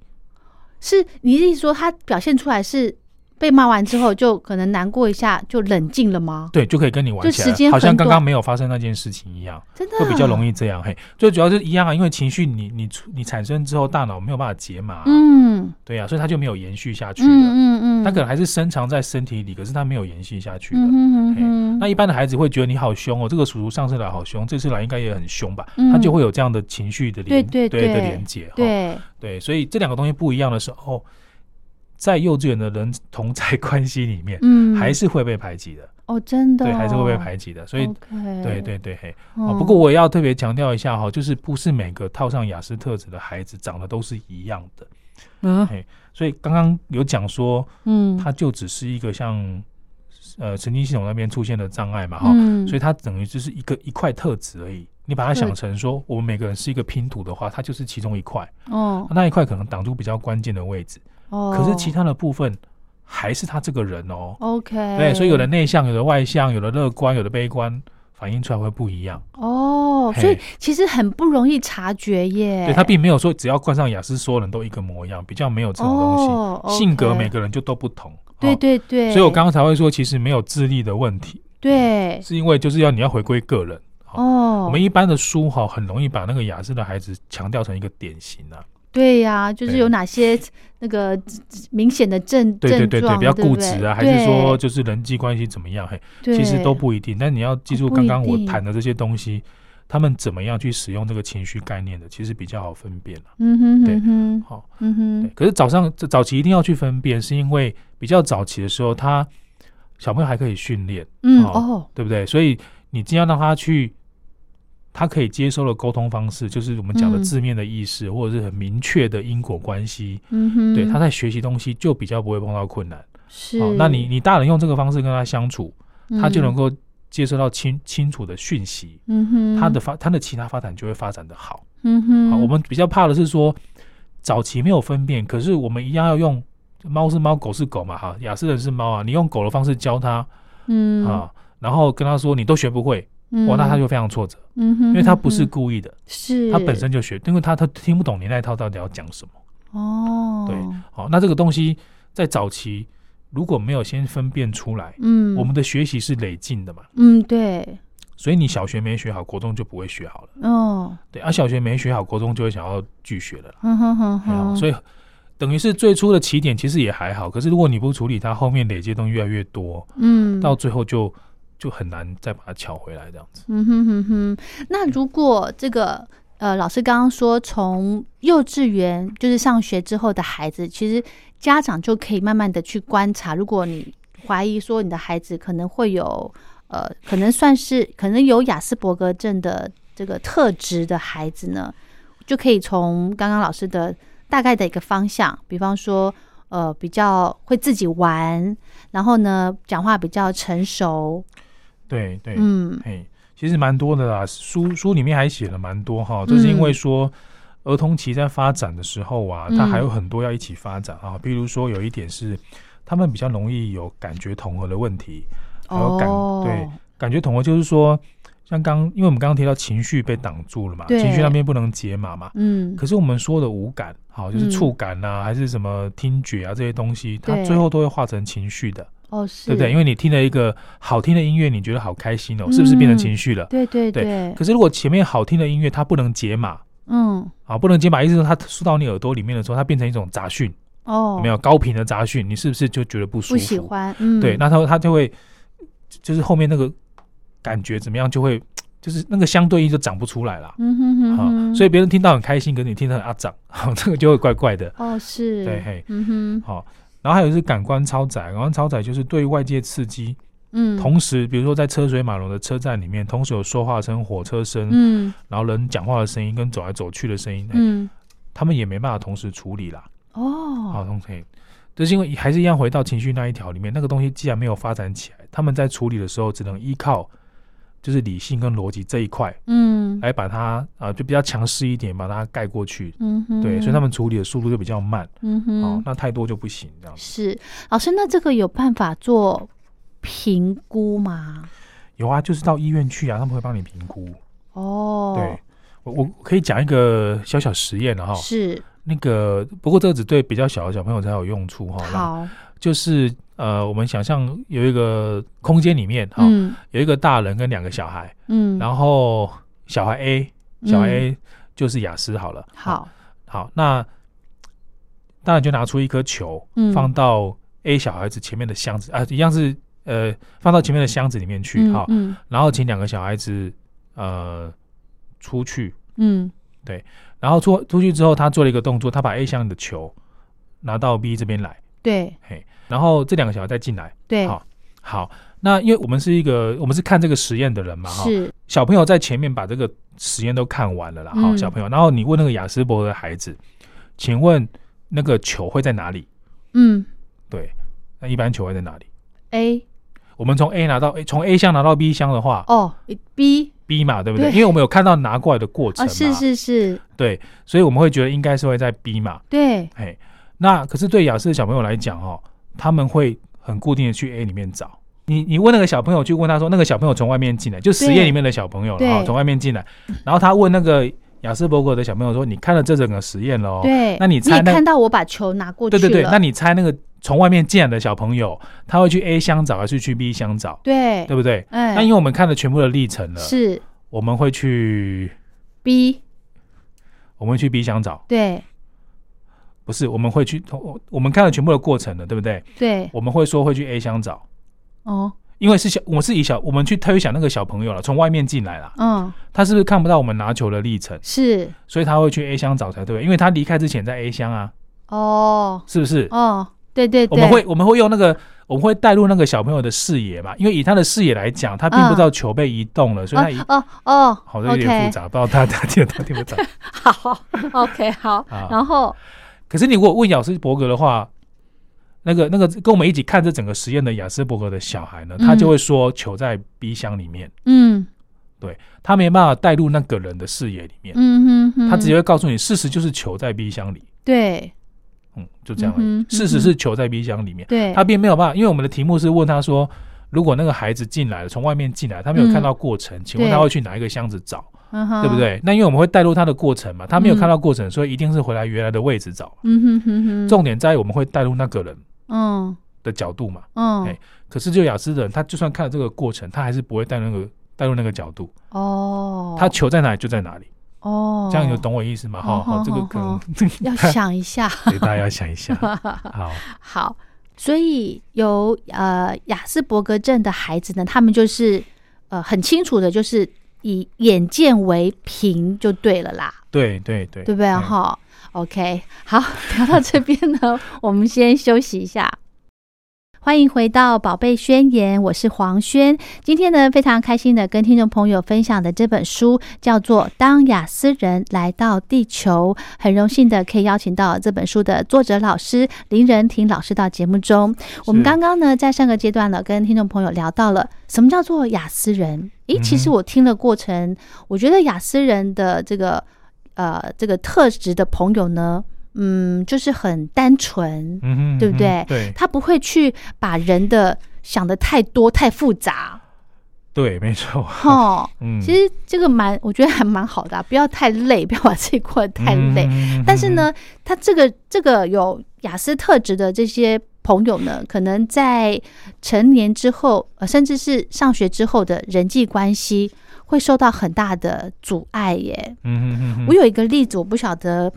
Speaker 2: 是你的意思说他表现出来是被骂完之后就可能难过一下就冷静了吗？
Speaker 3: 对，就可以跟你玩
Speaker 2: 就
Speaker 3: 起
Speaker 2: 时
Speaker 3: 来
Speaker 2: 间
Speaker 3: 了，好像
Speaker 2: 很
Speaker 3: 刚
Speaker 2: 短啊
Speaker 3: 刚没有发生那件事情一样，
Speaker 2: 真的
Speaker 3: 会比较容
Speaker 2: 易。
Speaker 3: 易这样。嘿，最主要就是一样啊，因为情绪你你出你产生之后，大脑没有办法解码啊、
Speaker 2: 嗯
Speaker 3: 对呀、所以它就没有延续下去
Speaker 2: 嗯
Speaker 3: 了。
Speaker 2: 嗯嗯，
Speaker 3: 它可能还是深藏在身体里，可是它没有延续下去了。
Speaker 2: 嗯哼嗯
Speaker 3: 嘿
Speaker 2: 哼
Speaker 3: 那一般的孩子会觉得你好凶哦，这个叔叔上次来好凶，这次来应该也很凶吧？
Speaker 2: 嗯
Speaker 3: 他就会有这样的情绪的连
Speaker 2: 对对对
Speaker 3: 的连接哈。
Speaker 2: 对
Speaker 3: 对所以这两个东西不一样的时候，在幼稚园的人同在关系里面，
Speaker 2: 嗯
Speaker 3: 还是会被排挤的，
Speaker 2: 哦真的
Speaker 3: 对，
Speaker 2: 哦
Speaker 3: 还是会被排挤的。所以，
Speaker 2: OK
Speaker 3: 对对对，嘿。哦，
Speaker 2: 嗯
Speaker 3: 不过我也要特别强调一下哈，就是不是每个套上雅思特质的孩子长得都是一样的。
Speaker 2: 嗯
Speaker 3: 所以刚刚有讲说，
Speaker 2: 嗯
Speaker 3: 它就只是一个像呃神经系统那边出现的障碍嘛哈。
Speaker 2: 嗯
Speaker 3: 所以它等于就是一个一块特质而已。你把它想成说，我们每个人是一个拼图的话，它就是其中一块，
Speaker 2: 哦
Speaker 3: 那一块可能挡住比较关键的位置，
Speaker 2: 哦，
Speaker 3: 可是其他的部分还是他这个人哦。
Speaker 2: OK
Speaker 3: 对，所以有
Speaker 2: 哎
Speaker 3: 的内向，有的外向，有的乐观，有的悲观，反映出来会不一样。
Speaker 2: 哦，
Speaker 3: 嘿
Speaker 2: 所以其实很不容易察觉耶。
Speaker 3: 对，他并没有说只要冠上雅思，所有人都一个模样，比较没有这种东
Speaker 2: 哦
Speaker 3: 西。性格
Speaker 2: OK
Speaker 3: 每个人就都不同。
Speaker 2: 对
Speaker 3: 哦。
Speaker 2: 对对，
Speaker 3: 所以我刚刚才会说，其实没有智力的问题，
Speaker 2: 对
Speaker 3: 是因为就是要你要回归个人。哦
Speaker 2: 哦，
Speaker 3: 我们一般的书哈，很容易把那个雅思的孩子强调成一个典型啊，
Speaker 2: 对呀，就是
Speaker 3: 对
Speaker 2: 有哪些那个明显的症
Speaker 3: 对对对
Speaker 2: 症状，
Speaker 3: 比较
Speaker 2: 对不
Speaker 3: 固
Speaker 2: 对
Speaker 3: 执啊，还是说就是人际关系怎么样？嘿，
Speaker 2: 对
Speaker 3: 其实都不一定。但你要记住
Speaker 2: 哦不
Speaker 3: 刚刚
Speaker 2: 一
Speaker 3: 我
Speaker 2: 定
Speaker 3: 谈的这些东西，他们怎么样去使用这个情绪概念的，其实比较好分辨了、
Speaker 2: 嗯哼
Speaker 3: 对
Speaker 2: 嗯哼
Speaker 3: 好、
Speaker 2: 嗯
Speaker 3: 对
Speaker 2: 哼，
Speaker 3: 可是早上这早期一定要去分辨，是因为比较早期的时候，他小朋友还可以训练，
Speaker 2: 嗯
Speaker 3: 好
Speaker 2: 哦
Speaker 3: 对不对？所以你尽量让他去。他可以接收的沟通方式，就是我们讲的
Speaker 2: 嗯
Speaker 3: 字面的意识，或者是很明确的因果关系。
Speaker 2: 嗯哼，
Speaker 3: 对，他在学习东西就比较不会碰到困难。
Speaker 2: 是嗯
Speaker 3: 哦，那你你大人用这个方式跟他相处，他就能
Speaker 2: 够
Speaker 3: 够接收到清清楚的讯息，
Speaker 2: 嗯哼
Speaker 3: 他的发他的其他发展就会发展的好。
Speaker 2: 嗯哼
Speaker 3: 好，我们比较怕的是说早期没有分辨，可是我们一样要用猫是猫，狗是狗嘛，哈，雅思人是猫啊，你用狗的方式教他
Speaker 2: 嗯
Speaker 3: 啊，然后跟他说你都学不会，哇，那他就非常挫折，
Speaker 2: 嗯哼，
Speaker 3: 因为他不是
Speaker 2: 嗯嗯哼
Speaker 3: 故意的，
Speaker 2: 是
Speaker 3: 他本身就学，因为他他听不懂你那一套到底要讲什么。
Speaker 2: 哦
Speaker 3: 对好，那这个东西在早期如果没有先分辨出来，
Speaker 2: 嗯
Speaker 3: 我们的学习是累进的嘛，
Speaker 2: 嗯对
Speaker 3: 所以你小学没学好，国中就不会学好了。
Speaker 2: 哦
Speaker 3: 对，啊，小学没学好，国中就会想要拒学了啦。
Speaker 2: 哼哼嗯哼
Speaker 3: 哎呀
Speaker 2: 哼，
Speaker 3: 所以等于是最初的起点其实也还好，可是如果你不处理它，后面累积的东西越来越多，
Speaker 2: 嗯
Speaker 3: 到最后就就很难再把它撬回来这样子。
Speaker 2: 嗯哼哼哼，那如果这个呃，老师刚刚说，从幼稚园就是上学之后的孩子，其实家长就可以慢慢的去观察，如果你怀疑说你的孩子可能会有呃，可能算是可能有雅斯伯格症的这个特质的孩子呢，就可以从刚刚老师的大概的一个方向，比方说。呃，比较会自己玩，然后呢，讲话比较成熟，
Speaker 3: 对对，
Speaker 2: 嗯
Speaker 3: 嘿，其实蛮多的啦，书书里面还写了蛮多哈，就是因为说。儿童期在发展的时候啊，
Speaker 2: 嗯
Speaker 3: 它还有很多要一起发展啊。比如说，有一点是他们比较容易有感觉统合的问题，还有感
Speaker 2: 哦，
Speaker 3: 对感觉统合就是说，像刚因为我们刚刚提到情绪被挡住了嘛，
Speaker 2: 对
Speaker 3: 情绪那边不能解码嘛。
Speaker 2: 嗯，
Speaker 3: 可是我们说的五感，好，就是
Speaker 2: 嗯
Speaker 3: 触感呐、还是什么听觉啊这些东西，它
Speaker 2: 对
Speaker 3: 最后都会化成情绪的，
Speaker 2: 哦，是，
Speaker 3: 对不对？因
Speaker 2: 为
Speaker 3: 为你听了一个好听的音乐，你觉得好开心哦，是不是变成情绪了？
Speaker 2: 对嗯对
Speaker 3: 对
Speaker 2: 对，
Speaker 3: 可是如果前面好听的音乐它不能解码
Speaker 2: 嗯，
Speaker 3: 啊，不能解码，意思是它输到你耳朵里面的时候，它变成一种杂讯，
Speaker 2: 哦，
Speaker 3: 有没有高频的杂讯，你是不是就觉得不舒服？
Speaker 2: 不喜欢，嗯，
Speaker 3: 对，那他他就会就是后面那个感觉怎么样，就会就是那个相对应就长不出来啦。
Speaker 2: 嗯哼哼
Speaker 3: 好、
Speaker 2: 哼，
Speaker 3: 所
Speaker 2: 以
Speaker 3: 以别人听到很开心，可是你听到很阿长， 好，这个就会怪怪的。
Speaker 2: 哦是，
Speaker 3: 对嘿
Speaker 2: 嗯哼，
Speaker 3: 好、然后还有就是感官超载，感官超载就是对于外界刺激，
Speaker 2: 嗯，
Speaker 3: 同时比如说在车水马龙的车站里面，同时有说话声、火车声，
Speaker 2: 嗯
Speaker 3: 然后人讲话的声音跟走来走去的声音，嘿
Speaker 2: 嗯，
Speaker 3: 他们也没办法同时处理啦。好，
Speaker 2: 哦，
Speaker 3: 同可以。就是因为还是一样回到情绪那一条里面，那个东西既然没有发展起来，他们在处理的时候只能依靠就是理性跟逻辑这一块
Speaker 2: 嗯
Speaker 3: 来把它啊、呃就比较强势一点把它盖过去。
Speaker 2: 嗯哼，
Speaker 3: 对，所以他们处理的速度就比较慢。
Speaker 2: 嗯哼，
Speaker 3: 哦，那太多就不行这样子。
Speaker 2: 是老师，那这个有办法做评估吗？
Speaker 3: 有啊，就是到医院去啊，他们会帮你评估。
Speaker 2: 哦，
Speaker 3: 对，我我可以讲一个小小实验了啊哈。
Speaker 2: 是
Speaker 3: 那个不过这个只对比较小的小朋友才有用处哈。那
Speaker 2: 好，
Speaker 3: 就是呃，我们想象有一个空间里面哈。
Speaker 2: 嗯
Speaker 3: 有一个大人跟两个小孩，
Speaker 2: 嗯，
Speaker 3: 然后小孩 A，小孩 A 就是雅思好了。
Speaker 2: 好，
Speaker 3: 好，那大人就拿出一颗球，
Speaker 2: 嗯
Speaker 3: 放到 A 小孩子前面的箱子啊，一样是呃放到前面的箱子里面去
Speaker 2: 嗯
Speaker 3: 好，
Speaker 2: 嗯
Speaker 3: 然后请两个小孩子呃出去，
Speaker 2: 嗯
Speaker 3: 然后出出去之后，他做了一个动作，他把 A 箱的球拿到 B 这边来，
Speaker 2: 对
Speaker 3: 嘿，然后这两个小孩再进来。
Speaker 2: 对，
Speaker 3: 好好，那因为我们是一个我们是看这个实验的人嘛，哈，
Speaker 2: 是
Speaker 3: 小朋友在前面把这个实验都看完了啦，哈、
Speaker 2: 嗯
Speaker 3: 小朋友，然后你问那个雅斯伯格的孩子，请问那个球会在哪里？
Speaker 2: 嗯
Speaker 3: 对，那一般球会在哪里？
Speaker 2: A
Speaker 3: 我们从 A 拿到 A，从 A 箱拿到 B 箱的话、
Speaker 2: 哦 B
Speaker 3: b 嘛，对不对？
Speaker 2: 对
Speaker 3: 因为我们有看到拿过来的过
Speaker 2: 哦
Speaker 3: 程嘛，
Speaker 2: 是是是，
Speaker 3: 对，所以我们会觉得应该是会在 B 嘛，
Speaker 2: 对
Speaker 3: 嘿，那可是对雅思的小朋友来讲哦，他们会很固定的去 A 里面找。你你问那个小朋友去问他说，那个小朋友从外面进来，就实验里面的小朋友了哈，
Speaker 2: 对
Speaker 3: 从外面进来，然后他问那个雅思伯格的小朋友说，你看了这整个实验了哦，
Speaker 2: 对，
Speaker 3: 那你猜
Speaker 2: 也
Speaker 3: 那
Speaker 2: 看到我把球拿过去
Speaker 3: 对
Speaker 2: 了，
Speaker 3: 对对，那你猜那个从外面进来的小朋友，他会去 A 箱找还是去 B 箱找，
Speaker 2: 对
Speaker 3: 对不对？
Speaker 2: 哎
Speaker 3: 那因为我们看了全部的历程了，
Speaker 2: 是
Speaker 3: 我们会去
Speaker 2: B
Speaker 3: 我们会去 B 箱找，
Speaker 2: 对
Speaker 3: 不是我们会去我我们看了全部的过程了，对不对？
Speaker 2: 对
Speaker 3: 我们会说会去 A 箱找。
Speaker 2: 哦
Speaker 3: 因为是小，我是以小，我们去推想那个小朋友了，从外面进来了，
Speaker 2: 嗯
Speaker 3: 他是不是看不到我们拿球的历程，
Speaker 2: 是
Speaker 3: 所以他会去 A 箱找才对，因为他离开之前在 A 箱啊，
Speaker 2: 哦
Speaker 3: 是不是？
Speaker 2: 哦对对对，
Speaker 3: 我们会我们会用那个，我们会带入那个小朋友的视野嘛，因为以他的视野来讲，他并不知道球被移动了，所以他移。
Speaker 2: 嗯哦哦哦，
Speaker 3: 好像有点复杂不知道大家听得到听不 懂。
Speaker 2: 好，OK，好，
Speaker 3: 啊
Speaker 2: 然后
Speaker 3: 可是你如果问雅斯伯格的话，那个那个跟我们一起看这整个实验的雅斯伯格的小孩呢，他就会说球在 B 箱里面，
Speaker 2: 嗯
Speaker 3: 他没办法带入那个人的视野里面。
Speaker 2: 嗯哼哼，
Speaker 3: 他直接会告诉你，事实就是球在冰箱里，
Speaker 2: 对
Speaker 3: 嗯，就这样而已。
Speaker 2: 嗯哼
Speaker 3: 事实是球在冰箱里面，
Speaker 2: 对，
Speaker 3: 他并没有办法，因为我们的题目是问他说，如果那个孩子进来了，从外面进来，他没有看到过程，请问
Speaker 2: 对
Speaker 3: 他会去哪一个箱子找，
Speaker 2: 嗯哼
Speaker 3: 对不？对？那因为我们会带入他的过程嘛，他没有
Speaker 2: 嗯
Speaker 3: 看到过程，所以一定是回来原来的位置找。
Speaker 2: 嗯哼哼哼，
Speaker 3: 重点在于我们会带入那个人
Speaker 2: 嗯
Speaker 3: 的角度嘛。
Speaker 2: 嗯
Speaker 3: 哎可是就雅思的人，他就算看了这个过程，他还是不会带入那个带入那个角度，
Speaker 2: 哦，
Speaker 3: 他球在哪里就在哪里，
Speaker 2: 哦，
Speaker 3: 这样你就懂我意思嘛？哈，
Speaker 2: 哦
Speaker 3: 好，
Speaker 2: 哦
Speaker 3: 这个
Speaker 2: 哦
Speaker 3: 可能
Speaker 2: 哦要想一下，
Speaker 3: 对大家要想 一下。好。
Speaker 2: 好。所以有呃雅斯伯格症的孩子呢，他们就是呃很清楚的，就是以眼见为凭就对了啦。
Speaker 3: 对对对，
Speaker 2: 对不对？
Speaker 3: 嗯
Speaker 2: 哈、o k 好，聊到这边呢，我们先休息一下。欢迎回到《宝贝宣言》，我是黄轩。今天呢，非常开心的跟听众朋友分享的这本书叫做《当雅思人来到地球》，很荣幸的可以邀请到这本书的作者老师林仁婷老师到节目中。我们刚刚呢，在上个阶段呢，跟听众朋友聊到了什么叫做雅思人。诶，其实
Speaker 3: 嗯哼
Speaker 2: 我听了过程，我觉得雅思人的这个呃这个特质的朋友呢，嗯，就是很单纯，
Speaker 3: 嗯哼，
Speaker 2: 对不
Speaker 3: 嗯哼
Speaker 2: 对
Speaker 3: 对
Speaker 2: 他不会去把人的想的太多太复杂，
Speaker 3: 对，没错。
Speaker 2: 哈、
Speaker 3: 嗯，
Speaker 2: 其实这个蛮，我觉得还蛮好的啊、不要太累， 不要把自己过得太累。
Speaker 3: 嗯
Speaker 2: 但是，呢，他这个这个有雅思特质的这些朋友呢，可能在成年之后，呃，甚至是上学之后的人际关系会受到很大的阻碍耶。
Speaker 3: 嗯哼嗯哼，
Speaker 2: 我有一个例子，我不晓得，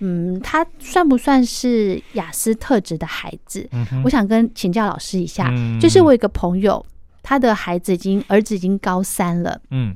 Speaker 2: 嗯，他算不算是雅思特质的孩子？
Speaker 3: 嗯哼
Speaker 2: 我想跟请教老师一下，
Speaker 3: 嗯
Speaker 2: 就是我有一个朋友，他的孩子已经儿子已经高三了，
Speaker 3: 嗯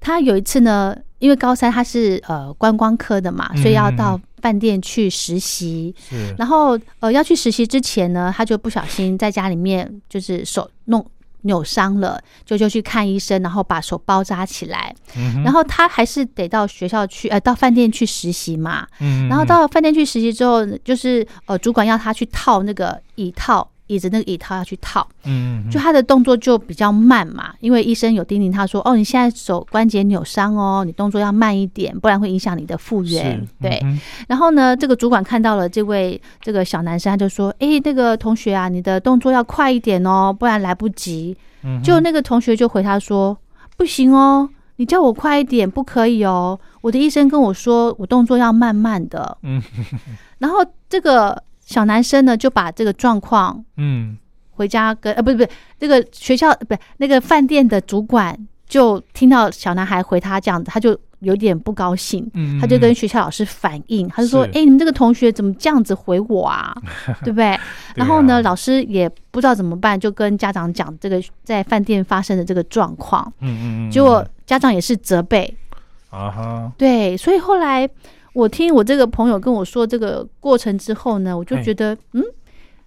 Speaker 2: 他有一次呢，因为高三他是呃观光科的嘛，
Speaker 3: 嗯
Speaker 2: 所以要到饭店去实习。
Speaker 3: 是
Speaker 2: 然后呃要去实习之前呢，他就不小心在家里面就是手弄扭伤了，就就去看医生，然后把手包扎起来。
Speaker 3: 嗯哼
Speaker 2: 然后他还是得到学校去，呃，到饭店去实习嘛。
Speaker 3: 嗯
Speaker 2: 然后
Speaker 3: 嗯
Speaker 2: 到饭店去实习之后，就是呃，主管要他去套那个椅套，椅子那个椅套要去套，
Speaker 3: 嗯嗯嗯
Speaker 2: 就他的动作就比较慢嘛，因为医生有叮咛他说，哦，你现在手关节扭伤哦，你动作要慢一点，不然会影响你的复原。对，
Speaker 3: 嗯
Speaker 2: 然后呢，这个主管看到了这位这个小男生，他就说，诶，那个同学啊，你的动作要快一点哦，不然来不及。
Speaker 3: 嗯哼
Speaker 2: 就那个同学就回他说：“不行哦，你叫我快一点，不可以哦。我的医生跟我说，我动作要慢慢的。”
Speaker 3: 嗯，
Speaker 2: 然后这个小男生呢，就把这个状况
Speaker 3: 嗯
Speaker 2: 回家跟呃，不是不是，这个学校不是那个饭店的主管就听到小男孩回他这样，他就有点不高兴。
Speaker 3: 嗯，
Speaker 2: 他就跟学校老师反映，他就说：“
Speaker 3: 是
Speaker 2: 诶，你们这个同学怎么这样子回我 啊？对不对？”然后呢，老师也不知道怎么办，就跟家长讲这个在饭店发生的这个状况，
Speaker 3: 嗯嗯嗯，
Speaker 2: 结果家长也是责备，
Speaker 3: 啊哈，
Speaker 2: 对，所以后来我听我这个朋友跟我说这个过程之后呢，我就
Speaker 3: 哎
Speaker 2: 觉得，嗯，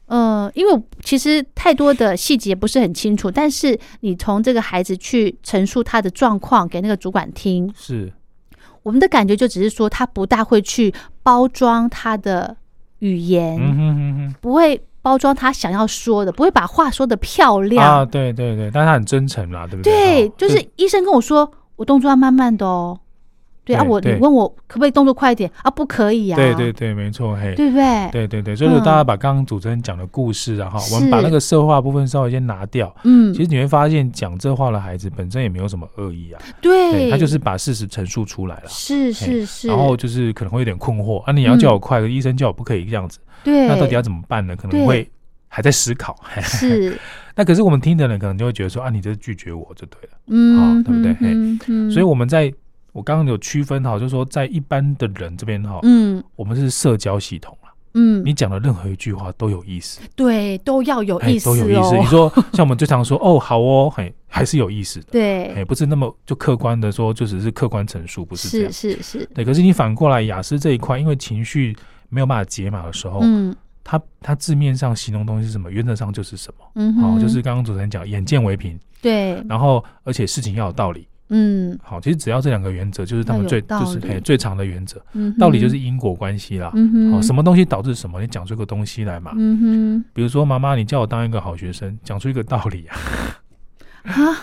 Speaker 2: 呃，因为我其实太多的细节不是很清楚，但是你从这个孩子去陈述他的状况给那个主管听，
Speaker 3: 是
Speaker 2: 我们的感觉就只是说他不大会去包装他的语言，
Speaker 3: 嗯哼哼
Speaker 2: 不会包装他想要说的，不会把话说的漂
Speaker 3: 哼
Speaker 2: 亮。
Speaker 3: 啊，对对对，但他很真诚啦，对不
Speaker 2: 对
Speaker 3: 对，，
Speaker 2: 就是医生跟我说，我动作要慢慢的哦。对啊，
Speaker 3: 对
Speaker 2: 我你
Speaker 3: 对
Speaker 2: 问我可不可以动作快一点啊？不可以啊。
Speaker 3: 对对对，没错，嘿，
Speaker 2: 对不对？
Speaker 3: 对对对，所以说
Speaker 2: 嗯
Speaker 3: 大家把刚刚主持人讲的故事啊，哈、
Speaker 2: 是
Speaker 3: 我们把那个社会化部分稍微先拿掉，
Speaker 2: 嗯
Speaker 3: 其，实你会发现讲这话的孩子本身也没有什么恶意啊，
Speaker 2: 对，
Speaker 3: 他就是把事实陈述出来了。
Speaker 2: 是是哎是，
Speaker 3: 然后就是可能会有点困惑啊，你要叫我快，医生叫我不可以这样子，
Speaker 2: 嗯对，
Speaker 3: 那到底要怎么办呢？可能
Speaker 2: 对
Speaker 3: 会还在思考。嘿
Speaker 2: 是
Speaker 3: 那可是我们听的人可能就会觉得说啊，你这是拒绝我就对了。
Speaker 2: 嗯，
Speaker 3: 对不对嘿
Speaker 2: 嗯嗯
Speaker 3: 所以我们在我刚刚有区分哈，就是说在一般的人这边哈，
Speaker 2: 嗯
Speaker 3: 我们是社交系统啊，
Speaker 2: 嗯，
Speaker 3: 你讲的任何一句话都有意思。
Speaker 2: 对都要有
Speaker 3: 哎，
Speaker 2: 意思
Speaker 3: 都有意思。你
Speaker 2: 哦，
Speaker 3: 说像我们最 常说哦，好哦，嘿，还是有意思的，哎，
Speaker 2: 对，
Speaker 3: 不是那么就客观的说，就只是客观陈述，不是这
Speaker 2: 是
Speaker 3: 样。
Speaker 2: 是是，
Speaker 3: 对，可是你反过来，雅思这一块，因为情绪没有办法解码的时候，
Speaker 2: 嗯
Speaker 3: 它它字面上形容东西是什么，原则上就是什么。
Speaker 2: 嗯
Speaker 3: 好、
Speaker 2: 哼，嗯
Speaker 3: 就是刚刚主持人讲，眼见为凭，
Speaker 2: 对，
Speaker 3: 然后而且事情要有道理。
Speaker 2: 嗯
Speaker 3: 好，其实只要这两个原则，就是他
Speaker 2: 要
Speaker 3: 们
Speaker 2: 有
Speaker 3: 最
Speaker 2: 道
Speaker 3: 就是
Speaker 2: 理
Speaker 3: 哎最长的原则。
Speaker 2: 嗯哼，
Speaker 3: 道理就是因果关系啦。
Speaker 2: 嗯哼，
Speaker 3: 好，什么东西导致什么，你讲出个东西来嘛。
Speaker 2: 嗯
Speaker 3: 比如说，妈妈，你叫我当一个好学生，讲出一个道理啊！
Speaker 2: 哼啊，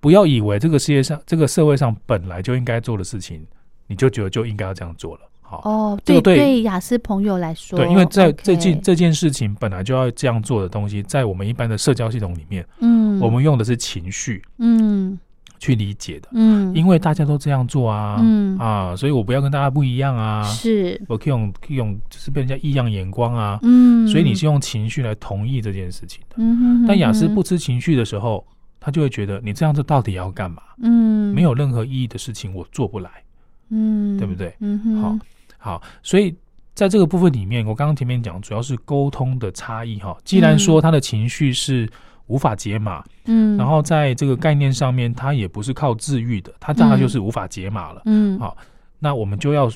Speaker 3: 不要以为这个世界上、这个社会上本来就应该做的事情，你就觉得就应该要这样做了。好，
Speaker 2: 哦，
Speaker 3: 这
Speaker 2: 对
Speaker 3: 个对
Speaker 2: 对，雅思朋友来说，
Speaker 3: 对，因为在这件
Speaker 2: OK，
Speaker 3: 这件事情本来就要这样做的东西，在我们一般的社交系统里面，
Speaker 2: 嗯，
Speaker 3: 我们用的是情绪
Speaker 2: 嗯
Speaker 3: 去理解的，
Speaker 2: 嗯，
Speaker 3: 因为大家都这样做啊，
Speaker 2: 嗯
Speaker 3: 啊，所以我不要跟大家不一样啊，
Speaker 2: 是
Speaker 3: 我可以用可以用就是被人家异样眼光啊，
Speaker 2: 嗯，
Speaker 3: 所以你是用情绪来同意这件事情的。
Speaker 2: 嗯哼，
Speaker 3: 但雅思
Speaker 2: 嗯
Speaker 3: 不知情绪的时候，他就会觉得你这样子到底要干嘛？
Speaker 2: 嗯
Speaker 3: 没有任何意义的事情我做不来。
Speaker 2: 嗯，
Speaker 3: 对不对
Speaker 2: 嗯哼，
Speaker 3: 好，好，所以在这个部分里面，我刚刚前面讲主要是沟通的差异哈。既然说他的情绪是无法解码，
Speaker 2: 嗯，
Speaker 3: 然后在这个概念上面，他也不是靠治愈的，他大概
Speaker 2: 嗯
Speaker 3: 就是无法解码了。
Speaker 2: 嗯，
Speaker 3: 好那我们就要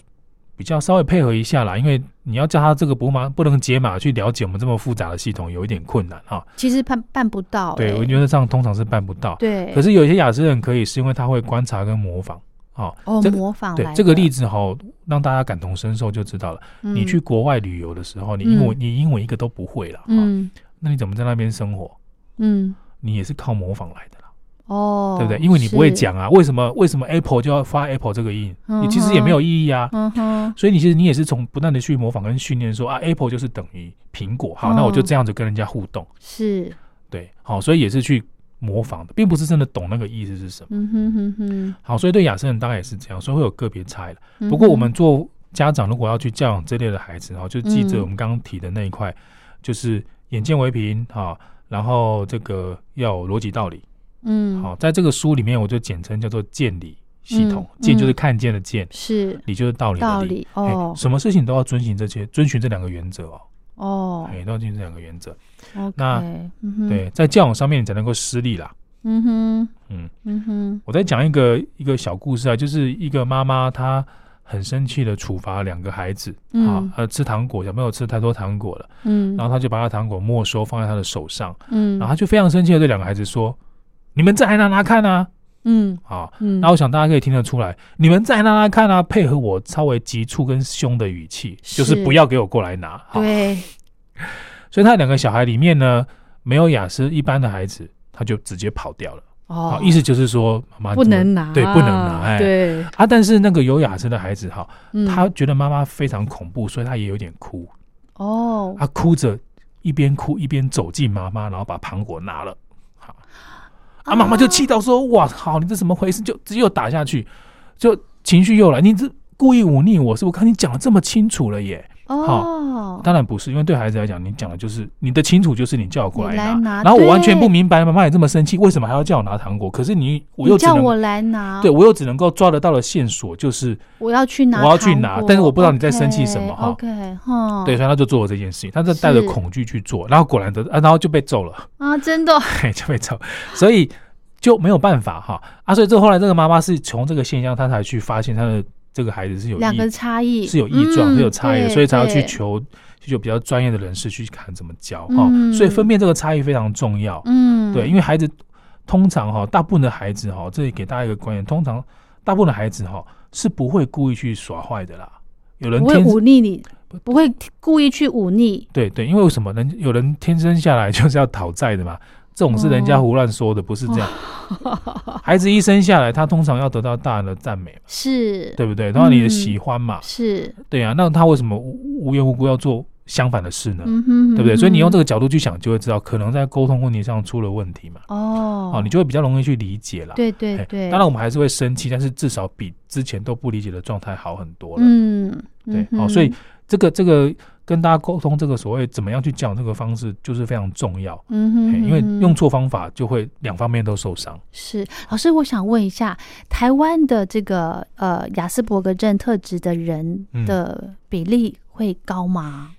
Speaker 3: 比较稍微配合一下啦，因为你要叫他这个不码不能解码去了解我们这么复杂的系统，有一点困难哈。
Speaker 2: 其实办办不到、
Speaker 3: 对，
Speaker 2: 欸
Speaker 3: 我觉得这样通常是办不到。
Speaker 2: 对，
Speaker 3: 可
Speaker 2: 是
Speaker 3: 是有一些雅思人可以，是因为他会观察跟模仿。哦
Speaker 2: 哦，
Speaker 3: 这
Speaker 2: 模仿
Speaker 3: 对
Speaker 2: 来
Speaker 3: 这个
Speaker 2: 的
Speaker 3: 例子哈、让大家感同身受就知道了。你
Speaker 2: 嗯
Speaker 3: 去国外旅游的时候，你英文、
Speaker 2: 嗯
Speaker 3: 你英文一个都不会了，嗯、
Speaker 2: 嗯
Speaker 3: 那你怎么在那边生活？
Speaker 2: 嗯
Speaker 3: 你也是靠模仿来的啦，
Speaker 2: 哦，
Speaker 3: 对不对？因为你不会
Speaker 2: 是，
Speaker 3: 讲啊，为什么为什么 Apple 就要发 Apple 这个音？
Speaker 2: 嗯
Speaker 3: 你其实也没有意义啊。
Speaker 2: 嗯哼，
Speaker 3: 所以你其实你也是从不断的去模仿跟训练说，啊，Apple 就是等于苹果，好，
Speaker 2: 嗯
Speaker 3: 那我就这样子跟人家互动，
Speaker 2: 是，
Speaker 3: 对，好，所以也是去模仿的，并不是真的懂那个意思是什么。
Speaker 2: 嗯哼哼哼
Speaker 3: 好，所以对亚瑟人当然也是这样，所以会有个别差异了。
Speaker 2: 嗯哼，
Speaker 3: 不过我们做家长如果要去教养这类的孩子，哈，就记
Speaker 2: 嗯
Speaker 3: 着我们刚刚提的那一块，就是眼见为凭哈，然后这个要有逻辑道理。
Speaker 2: 嗯
Speaker 3: 好，在这个书里面我就简称叫做见理系统，
Speaker 2: 嗯
Speaker 3: 见就是
Speaker 2: 嗯
Speaker 3: 看见的见，
Speaker 2: 是
Speaker 3: 理就是道理
Speaker 2: 道
Speaker 3: 的
Speaker 2: 理
Speaker 3: 嘿
Speaker 2: 哦
Speaker 3: 什么事情都要遵循这些，遵循这两个原则哦。
Speaker 2: 哦
Speaker 3: 哎，都要遵循这两个原则。
Speaker 2: ，OK，
Speaker 3: 那
Speaker 2: 嗯哼，
Speaker 3: 对，在教养上面你才能够施力啦。
Speaker 2: 嗯哼
Speaker 3: 嗯，
Speaker 2: 嗯哼
Speaker 3: 我再讲一个一个小故事啊，就是一个妈妈她很生气的处罚两个孩子，
Speaker 2: 嗯
Speaker 3: 啊，呃，吃糖果，小朋友吃太多糖果了，
Speaker 2: 嗯，
Speaker 3: 然后他就把他糖果没收放在他的手上，
Speaker 2: 嗯，
Speaker 3: 然后他就非常生气的对两个孩子说：“你们再来拿拿看啊！”
Speaker 2: 嗯
Speaker 3: 啊，
Speaker 2: 嗯，
Speaker 3: 那我想大家可以听得出来，你们再拿拿看啊，配合我稍微急促跟凶的语气，就是
Speaker 2: 是
Speaker 3: 不要给我过来拿。好，
Speaker 2: 对，
Speaker 3: 所以他两个小孩里面呢，没有雅思一般的孩子，他就直接跑掉了。
Speaker 2: 哦
Speaker 3: 好，，意思就是说，妈妈
Speaker 2: 不
Speaker 3: 啊怎么
Speaker 2: 能拿，
Speaker 3: 对，不能拿，哎，
Speaker 2: 对，
Speaker 3: 啊，但是那个有雅思的孩子哈，
Speaker 2: 嗯
Speaker 3: 他觉得妈妈非常恐怖，所以他也有点哭，
Speaker 2: 哦，
Speaker 3: 他哭着一边哭一边走近妈妈，然后把糖果拿了。好啊，妈妈就气到说：“哇，好，你这怎么回事？”就只有打下去，就情绪又来，你这故意忤逆我是？我看你讲的这么清楚了耶。
Speaker 2: 哦，
Speaker 3: 当然不是，因为对孩子来讲，你讲的就是你的清楚，就是你叫我过来
Speaker 2: 你
Speaker 3: 拿，
Speaker 2: 来拿
Speaker 3: 然后我完
Speaker 2: 对
Speaker 3: 全不明白妈妈也这么生气，为什么还要叫我拿糖果？可是你我
Speaker 2: 你
Speaker 3: 又只
Speaker 2: 叫
Speaker 3: 能
Speaker 2: 我来拿，
Speaker 3: 对，我又只能够抓得到的线索就是
Speaker 2: 我要去拿糖果，
Speaker 3: 我要去拿但是我不知道你在生气
Speaker 2: OK，
Speaker 3: 什么哈
Speaker 2: OK，哈，
Speaker 3: 对，所以他就做了这件事情，他就带
Speaker 2: 嗯
Speaker 3: 着
Speaker 2: 是
Speaker 3: 恐惧去做，然后果然得，啊、然后就被揍了，
Speaker 2: 啊，真的，
Speaker 3: 嘿就被揍，所以就没有办法哈啊，所以这后来这个妈妈是从这个现象，她才去发现她的这个孩子是有
Speaker 2: 两个
Speaker 3: 异
Speaker 2: 差异
Speaker 3: 是有异
Speaker 2: 嗯
Speaker 3: 状，是有差异的，
Speaker 2: 对
Speaker 3: 所以才要去
Speaker 2: 对
Speaker 3: 求去求比较专业的人士去看怎么教哈、
Speaker 2: 嗯
Speaker 3: 所以分辨这个差异非常重要，
Speaker 2: 嗯，
Speaker 3: 对，因为孩子通常哈，大部分的孩子哈，这里给大家一个观念，通常大部分的孩子哈是不会故意去耍坏的啦，有人
Speaker 2: 不会
Speaker 3: 天生
Speaker 2: 忤逆你，不会故意去忤逆，
Speaker 3: 对对，因为为什么人有人天生下来就是要讨债的嘛？这种是人家
Speaker 2: 哦
Speaker 3: 胡乱说的，不是 这样。孩子一生下来，他通常要得到大人的赞美嘛，
Speaker 2: 是，
Speaker 3: 对不对？得到你的
Speaker 2: 嗯
Speaker 3: 喜欢嘛，
Speaker 2: 是，
Speaker 3: 对啊。那他为什么无无缘无故要做相反的事呢？
Speaker 2: 嗯哼，
Speaker 3: 对不对？所以你用这
Speaker 2: 个
Speaker 3: 个角度去想，就会知道可能在沟通问题上出了问题嘛。
Speaker 2: 哦，
Speaker 3: 哦，你就会比较容易去理解啦。
Speaker 2: 对对
Speaker 3: 嘿
Speaker 2: 对，
Speaker 3: 当然我们还是会生气，但是至少比之前都不理解的状态好很多了。
Speaker 2: 嗯，
Speaker 3: 对，
Speaker 2: 嗯
Speaker 3: 好、
Speaker 2: 哼
Speaker 3: 所以这个这个跟大家沟通这个所谓怎么样去讲这个方式，就是非常重要，
Speaker 2: 嗯
Speaker 3: 嘿
Speaker 2: 哼哼哼，
Speaker 3: 因为用错方法就会两方面都受伤。
Speaker 2: 是老师，我想问一下，台湾的这个呃雅斯伯格症特质的人
Speaker 3: 嗯
Speaker 2: 的比例会高吗？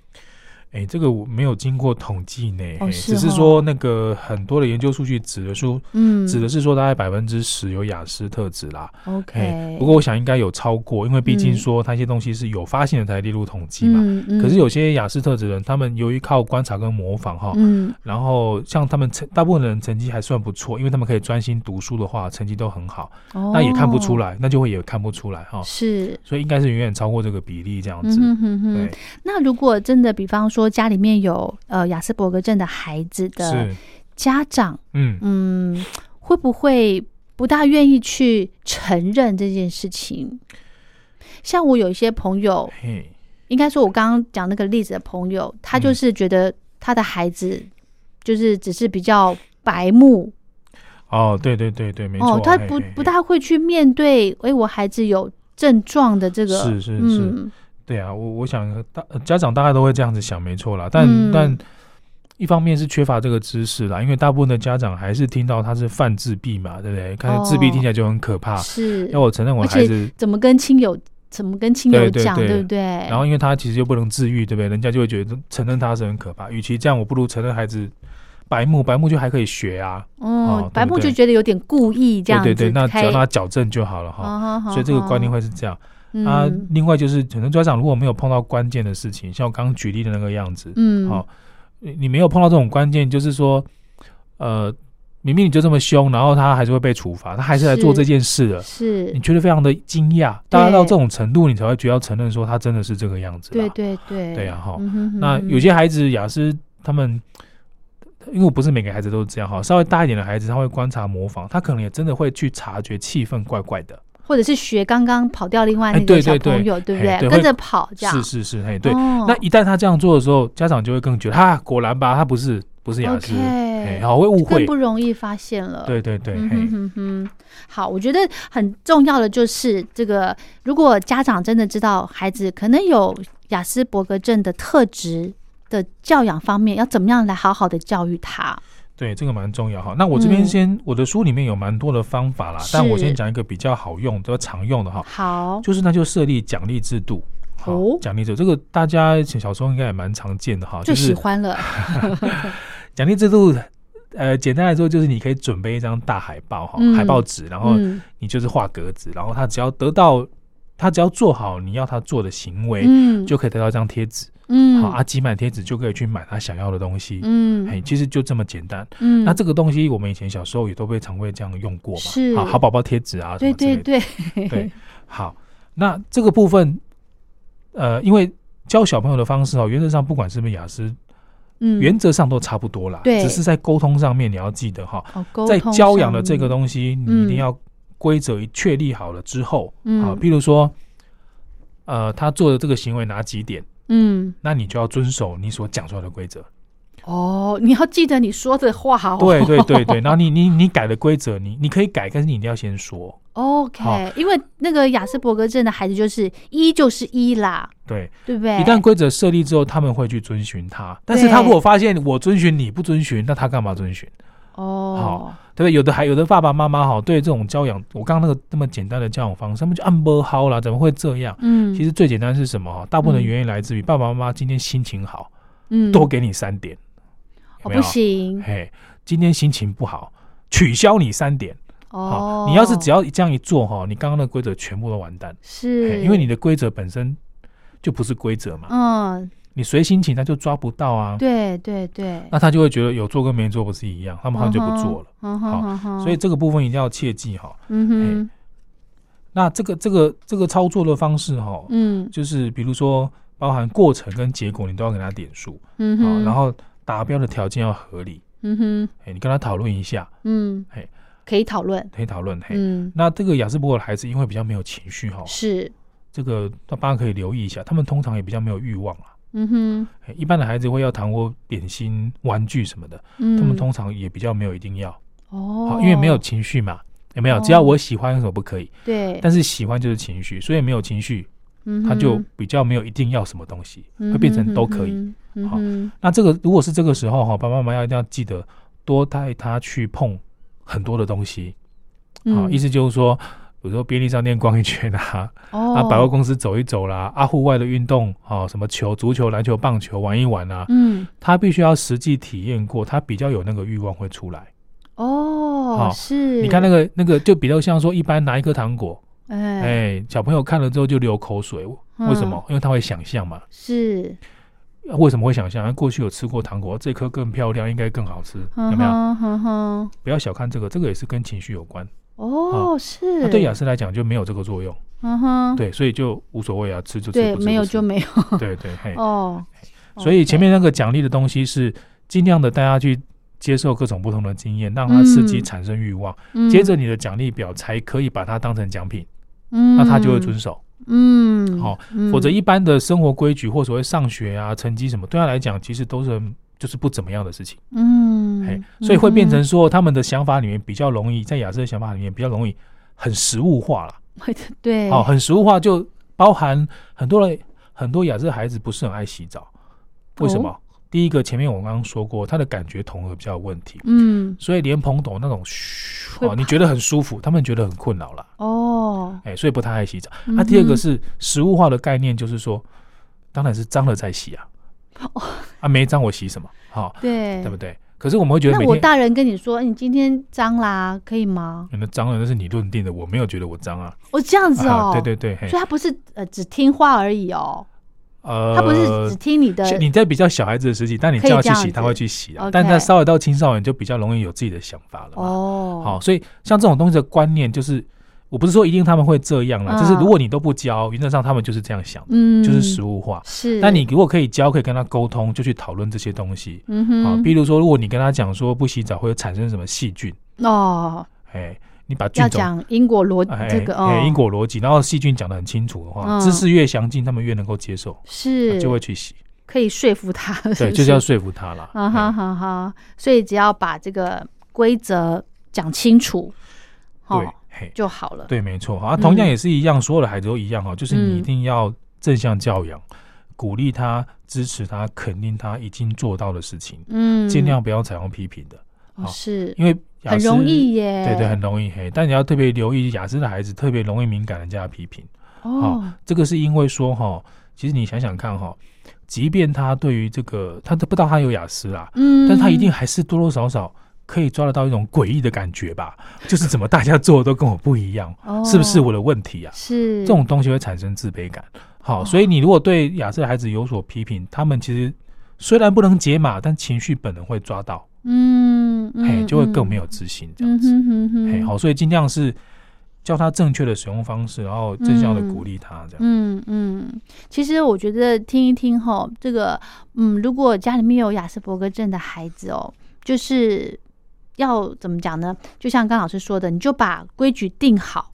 Speaker 3: 哎，这个我没有经过统计呢，
Speaker 2: 哦
Speaker 3: 嘿
Speaker 2: 是
Speaker 3: 只是
Speaker 2: 哦
Speaker 3: 说那个很多的研究数据指的说，
Speaker 2: 嗯，
Speaker 3: 指的是说大概百分之十有雅思特质啦。
Speaker 2: OK，
Speaker 3: 哎不过我想应该有超过，因为毕竟
Speaker 2: 嗯
Speaker 3: 说它一些东西是有发现的才列入统计嘛。
Speaker 2: 嗯嗯，
Speaker 3: 可是有些雅思特质人，他们由于靠观察跟模仿哈，
Speaker 2: 嗯
Speaker 3: 然后像他们成大部分人成绩还算不错，因为他们可以专心读书的话，成绩都很好，那也看不出
Speaker 2: 来
Speaker 3: 来，那就会也看不出来哈、
Speaker 2: 哦是。
Speaker 3: 所以应该是远远超过这个比例这样
Speaker 2: 嗯
Speaker 3: 子。
Speaker 2: 哼哼哼
Speaker 3: 对，，
Speaker 2: 那如果真的，比方说家里面有呃雅斯伯格症的孩子的
Speaker 3: 是，
Speaker 2: 家长，
Speaker 3: 嗯，
Speaker 2: 嗯，会不会不大愿意去承认这件事情？像我有一些朋友，
Speaker 3: 嘿，
Speaker 2: 应该说，我刚刚讲那个例子的朋友，他
Speaker 3: 嗯
Speaker 2: 就是觉得他的孩子就是只是比较白目
Speaker 3: 哦，对对对对，没错，
Speaker 2: 哦，他
Speaker 3: 嘿
Speaker 2: 不
Speaker 3: 嘿嘿
Speaker 2: 不大会去面对，诶，我孩子有症状的这个，
Speaker 3: 是是是
Speaker 2: 嗯，
Speaker 3: 对啊，我我想大呃家长大概都会这样子想，没错啦。但、
Speaker 2: 嗯
Speaker 3: 但一方面是缺乏这个知识啦，因为大部分的家长还是听到他是犯自闭嘛，对不对？看自闭听起来就很可怕。
Speaker 2: 哦是
Speaker 3: 啊要我承认我的孩子，
Speaker 2: 怎么跟亲友怎么跟亲友
Speaker 3: 对对
Speaker 2: 讲，
Speaker 3: 对
Speaker 2: 不对？
Speaker 3: 然后因为他其实又不能自愈，对不对？人家就会觉得承认他是很可怕。与其这样，我不如承认孩子白目，白目就还可以学啊。
Speaker 2: 嗯，
Speaker 3: 哦
Speaker 2: 白目
Speaker 3: 对不
Speaker 2: 就
Speaker 3: 对
Speaker 2: 觉得有点故意这
Speaker 3: 对
Speaker 2: 样子
Speaker 3: 对对，那只
Speaker 2: 开，
Speaker 3: 要让他矫正就好了哈。
Speaker 2: 哦好
Speaker 3: 所以这个观念
Speaker 2: 好
Speaker 3: 会是这样、
Speaker 2: 嗯
Speaker 3: 啊。另外就是，可能家长如果没有碰到关键的事情，像我刚刚举例的那个样子，
Speaker 2: 嗯，
Speaker 3: 好、你你没有碰到这种关键，就是说，呃，明明你就这么凶，然后他还是会被处罚，他还是来做
Speaker 2: 是
Speaker 3: 这件事了，
Speaker 2: 是
Speaker 3: 你，觉得非常的惊讶，大概到这种程度，你才会觉得要承认说他真的是这个样子啦。
Speaker 2: 对对对，
Speaker 3: 对啊哈
Speaker 2: 嗯哼哼
Speaker 3: 那
Speaker 2: 哼
Speaker 3: 有些孩子雅思他们。因为我不是每个孩子都是这样哈，稍微大一点的孩子他会观察模仿，他可能也真的会去察觉气氛怪怪的，
Speaker 2: 或者是学刚刚跑掉另外
Speaker 3: 哎
Speaker 2: 那个
Speaker 3: 对
Speaker 2: 小
Speaker 3: 对对
Speaker 2: 朋友，对不
Speaker 3: 哎
Speaker 2: 对？
Speaker 3: 对
Speaker 2: 跟
Speaker 3: 会
Speaker 2: 着跑这样，
Speaker 3: 是是是，嘿，对。
Speaker 2: 哦
Speaker 3: 那一旦他这样做的时候，家长就会更觉得他果然吧，他不是不是雅思，
Speaker 2: OK
Speaker 3: 哎，好会误
Speaker 2: 更
Speaker 3: 会
Speaker 2: 不，容易发现了。
Speaker 3: 对对对，
Speaker 2: 嗯
Speaker 3: 嘿
Speaker 2: 哼哼哼，好，我觉得很重要的就是这个，如果家长真的知道孩子可能有雅斯伯格症的特质的教养方面，要怎么样来好好的教育他？
Speaker 3: 对，这个蛮重要哈。那我这边
Speaker 2: 嗯
Speaker 3: 先，我的书里面有蛮多的方法啦，但我
Speaker 2: 是
Speaker 3: 先讲一个比较好用、比较常用的哈，
Speaker 2: 好，
Speaker 3: 就是那就设立奖励制度。好
Speaker 2: 哦
Speaker 3: 奖励制度这个大家小时候应该也蛮常见的哈，
Speaker 2: 最
Speaker 3: 就
Speaker 2: 喜
Speaker 3: 是
Speaker 2: 欢 了，
Speaker 3: 奖励制度。呃，简单来说就是你可以准备一张大海报哈，
Speaker 2: 嗯
Speaker 3: 海报纸，然后
Speaker 2: 嗯，
Speaker 3: 你就是画格子，然后他只要得到他只要做好你要他做的行为，
Speaker 2: 嗯，
Speaker 3: 哎就可以得到一张贴纸。
Speaker 2: 嗯，
Speaker 3: 好，啊，集满贴纸就可以去买他想要的东西。
Speaker 2: 嗯
Speaker 3: 嘿，其实就这么简单。
Speaker 2: 嗯，
Speaker 3: 那这个东西我们以前小时候也都被常会这样用过嘛，
Speaker 2: 是
Speaker 3: 好好宝宝贴纸啊，什
Speaker 2: 对
Speaker 3: 么之类
Speaker 2: 对
Speaker 3: 的。
Speaker 2: 对，
Speaker 3: 对，好，那这个部分，呃，因为教小朋友的方式哦，原则上不管是不是雅思，
Speaker 2: 嗯，
Speaker 3: 原则上都差不多啦，
Speaker 2: 对
Speaker 3: 只是在沟通上面你要记得哈，
Speaker 2: 哦沟
Speaker 3: 在
Speaker 2: 通
Speaker 3: 教养
Speaker 2: 上
Speaker 3: 的这个
Speaker 2: 面
Speaker 3: 东西，你
Speaker 2: 嗯
Speaker 3: 一定要规则确立好了之后，
Speaker 2: 嗯
Speaker 3: 啊，譬如说，呃，他做的这个行为哪几点，
Speaker 2: 嗯，
Speaker 3: 那你就要遵守你所讲出来的规则。
Speaker 2: 哦，你要记得你说的话哦。
Speaker 3: 对对对对，然后你你你改的规则，你你可以改，但是你一定要先说。
Speaker 2: ，OK，
Speaker 3: 好
Speaker 2: 因为那个雅斯伯格症的孩子就是一就是一啦，
Speaker 3: 对，
Speaker 2: 对不对？
Speaker 3: 一旦规则设立之后，他们会去遵循它。但是他如果发现我遵循你不遵循，那他干嘛遵循？
Speaker 2: 哦
Speaker 3: 好，对不对？有的还有的爸爸妈妈哈，对这种教养，我刚刚那个那么简单的教养方式，他们就按波好啦，怎么会这样？
Speaker 2: 嗯，
Speaker 3: 其实最简单是什么哈？大部分的
Speaker 2: 嗯
Speaker 3: 原因来自于爸爸妈妈今天心情好，
Speaker 2: 嗯
Speaker 3: 多给你三点，
Speaker 2: 哦
Speaker 3: 有没有
Speaker 2: 不？行
Speaker 3: 嘿，今天心情不好，取消你三点。
Speaker 2: 哦
Speaker 3: 好，，你要是只要这样一做哈，你刚刚的规则全部都完蛋，
Speaker 2: 是
Speaker 3: 嘿因为你的规则本身就不是规则嘛，
Speaker 2: 嗯，
Speaker 3: 你随心情他就抓不到啊，
Speaker 2: 对对对，
Speaker 3: 那他就会觉得有做跟没做不是一样，他们好像就不做了。
Speaker 2: 嗯哼，嗯哼哼
Speaker 3: 所以这个部分一定要切记哈。
Speaker 2: 嗯哼
Speaker 3: 那这个这个这个操作的方式哈，
Speaker 2: 嗯
Speaker 3: 就是比如说包含过程跟结果，你都要给他点数
Speaker 2: 嗯
Speaker 3: 啊，
Speaker 2: 哼，
Speaker 3: 然后达标的条件要合理。
Speaker 2: 嗯哼
Speaker 3: 哎，你跟他讨论一下，
Speaker 2: 嗯
Speaker 3: 嘿，
Speaker 2: 可以讨论，
Speaker 3: 可以讨论。嘿，
Speaker 2: 嗯
Speaker 3: 那这个雅斯伯格的孩子因为比较没有情绪哈，
Speaker 2: 是，
Speaker 3: 这个大家可以留意一下，他们通常也比较没有欲望啦。
Speaker 2: 嗯哼，
Speaker 3: 嘿一般的孩子会要糖果、点心、玩具什么的，
Speaker 2: 嗯，
Speaker 3: 他们通常也比较没有一定要，
Speaker 2: 哦
Speaker 3: 好，因为没有情绪嘛，有没有？
Speaker 2: 哦
Speaker 3: 只要我喜欢，为什么不可以？
Speaker 2: 对，
Speaker 3: 但是喜欢就是情绪，所以没有情绪，
Speaker 2: 嗯
Speaker 3: 他
Speaker 2: 哼
Speaker 3: 就比较没有一定要什么东西，
Speaker 2: 嗯
Speaker 3: 会变成
Speaker 2: 哼
Speaker 3: 都可以。
Speaker 2: 嗯哼
Speaker 3: 好
Speaker 2: 嗯哼
Speaker 3: 那这个如果是这个时候哈，爸爸妈妈要一定要记得多带他去碰很多的东西啊，
Speaker 2: 嗯
Speaker 3: 意思就是说。比如说便利商店逛一圈啊，
Speaker 2: 哦，
Speaker 3: 啊百货公司走一走啦，啊户外的运动啊，什么球、足球、篮球、棒球玩一玩啊，
Speaker 2: 嗯，
Speaker 3: 他必须要实际体验过，他比较有那个欲望会出来。
Speaker 2: 哦
Speaker 3: 好，
Speaker 2: 是，
Speaker 3: 你看那，个那个就比较像说，一般拿一颗糖果，哎、
Speaker 2: 哎，
Speaker 3: 小朋友看了之后就流口水，
Speaker 2: 嗯
Speaker 3: 为什么？因为他会想象嘛。
Speaker 2: 是，嗯
Speaker 3: 为什么会想象？他过去有吃过糖果，哦这颗更漂亮，应该更好吃，有没有？
Speaker 2: 嗯哼哼哼
Speaker 3: 不要小看这个，这个也是跟情绪有关。
Speaker 2: 哦，
Speaker 3: 那
Speaker 2: 是，
Speaker 3: 啊对雅思来讲就没有这个作用，
Speaker 2: 嗯哼，
Speaker 3: 对，所以就无所谓啊，吃就吃，
Speaker 2: 对，
Speaker 3: 不吃
Speaker 2: 没有
Speaker 3: 不哎吃
Speaker 2: 就没有，
Speaker 3: 对对嘿。
Speaker 2: 哦，
Speaker 3: 所以前面那个奖励的东西是尽量的带他去接受各种不同的经验，让他刺激
Speaker 2: 嗯
Speaker 3: 产生欲望。
Speaker 2: 嗯
Speaker 3: 接着，你的奖励表才可以把它当成奖品，
Speaker 2: 那
Speaker 3: 那他就会遵，守。
Speaker 2: 嗯，
Speaker 3: 好
Speaker 2: 嗯，
Speaker 3: 否则，一般的生活规矩或所谓上学啊、成绩什么，对他来讲其实都是就是不怎么样的事情。
Speaker 2: 嗯，
Speaker 3: 嘿，所以会变成
Speaker 2: 嗯
Speaker 3: 说他们的想法里面比较容易，在亚瑟的想法里面比较容易很实物化了。
Speaker 2: 会的对，
Speaker 3: 哦，，很实物化就包含很多人很多亚瑟孩子不是很爱洗澡，为什
Speaker 2: 哦
Speaker 3: 么？第一个前面我刚刚说过，他的感觉统合比较有问题，
Speaker 2: 嗯，
Speaker 3: 所以连蓬头那种嘘
Speaker 2: 会
Speaker 3: 哦，你觉得很舒服，他们觉得很困扰啦。
Speaker 2: 哦，
Speaker 3: 哎，所以不太爱洗澡。
Speaker 2: 嗯
Speaker 3: 那、
Speaker 2: 哼
Speaker 3: 第二个是食物化的概念，就是说，当然是脏了再洗啊，啊没脏我洗什么？好、
Speaker 2: 哦对
Speaker 3: 对不，对？可是我们会觉得
Speaker 2: 那
Speaker 3: 每
Speaker 2: 我
Speaker 3: 天
Speaker 2: 大人跟你说，哎你今天脏啦，可以吗？
Speaker 3: 那脏了那是你认定的，我没有觉得我脏啊。
Speaker 2: 哦，这样子哦
Speaker 3: 啊，，对对对，嘿
Speaker 2: 所以，他不是呃只听话而已哦，
Speaker 3: 呃，
Speaker 2: 他不是只听你的，
Speaker 3: 是你在比较小孩子的时期，但你
Speaker 2: 可以
Speaker 3: 叫他去
Speaker 2: 这样
Speaker 3: 洗，
Speaker 2: 子
Speaker 3: 他会去洗啊
Speaker 2: OK。
Speaker 3: 但他稍微到青少年，就比较容易有自己的想法了。，
Speaker 2: 哦，
Speaker 3: 好，所以像这种东西的观念，就是我不是说一定他们会这样啦，
Speaker 2: 嗯
Speaker 3: 就是如果你都不教，原则上他们就是这样想的，
Speaker 2: 嗯，
Speaker 3: 就是实物化。
Speaker 2: 是，
Speaker 3: 但你如果可以教，可以跟他沟通，就去讨论这些东西。
Speaker 2: 嗯
Speaker 3: 啊
Speaker 2: 哼，，
Speaker 3: 比如说，如果你跟他讲说不洗澡会产生什么细菌，
Speaker 2: 哦，
Speaker 3: 哎，你把菌
Speaker 2: 要
Speaker 3: 种。
Speaker 2: 讲因果逻
Speaker 3: 哎，
Speaker 2: 这个哦
Speaker 3: 哎，因果逻辑，然后细菌讲得很清楚的
Speaker 2: 嗯
Speaker 3: 话，知识越详尽，他们越能够接受，
Speaker 2: 是
Speaker 3: 啊就会 去洗。
Speaker 2: 可以说服他，
Speaker 3: 对，
Speaker 2: 不
Speaker 3: 就是要说服他啦。
Speaker 2: 啊哈
Speaker 3: 哎
Speaker 2: 哈哈，所以只要把这个规则讲清楚，哦
Speaker 3: 对，嘿，
Speaker 2: 就好了，
Speaker 3: 对，没错啊，同
Speaker 2: 嗯
Speaker 3: 样也是一样，所有的孩子都一样哈，就是你一
Speaker 2: 嗯
Speaker 3: 定要正向教养，鼓励他、支持他、肯定他已经做到的事情，
Speaker 2: 嗯，
Speaker 3: 尽量不要采用批评的，
Speaker 2: 哦
Speaker 3: 好
Speaker 2: 是
Speaker 3: 因为雅
Speaker 2: 很
Speaker 3: 思
Speaker 2: 容易耶，
Speaker 3: 对对，很容易嘿。但你要特别留意，雅思的孩子特别容易敏感人家的批评，
Speaker 2: 哦，
Speaker 3: 这个是因为说哈，其实你想想看哈，即便他对于这个他都不知道他有雅思啦，
Speaker 2: 嗯，
Speaker 3: 但他一定还是多多少少可以抓得到一种诡异的感觉吧？就是怎么大家做的都跟我不一样，
Speaker 2: 哦
Speaker 3: 是不是我的问题啊？
Speaker 2: 是哦
Speaker 3: 这种东西会产生自卑感。好，所以你如果对亚瑟孩子有所批评，他们其实虽然不能解码，但情绪本能会抓到，
Speaker 2: 嗯，
Speaker 3: 嘿，
Speaker 2: 嗯
Speaker 3: 就会更没有自信这样子。
Speaker 2: 嗯哼哼
Speaker 3: 嘿，
Speaker 2: 哼
Speaker 3: 好，所以尽量是教他正确的使用方式，然后正向的鼓励他这样。
Speaker 2: 嗯嗯，其实我觉得听一听吼，这个嗯，如果家里面有亚斯伯格症的孩子哦，就是要怎么讲呢？就像刚老师说的，你就把规矩定好，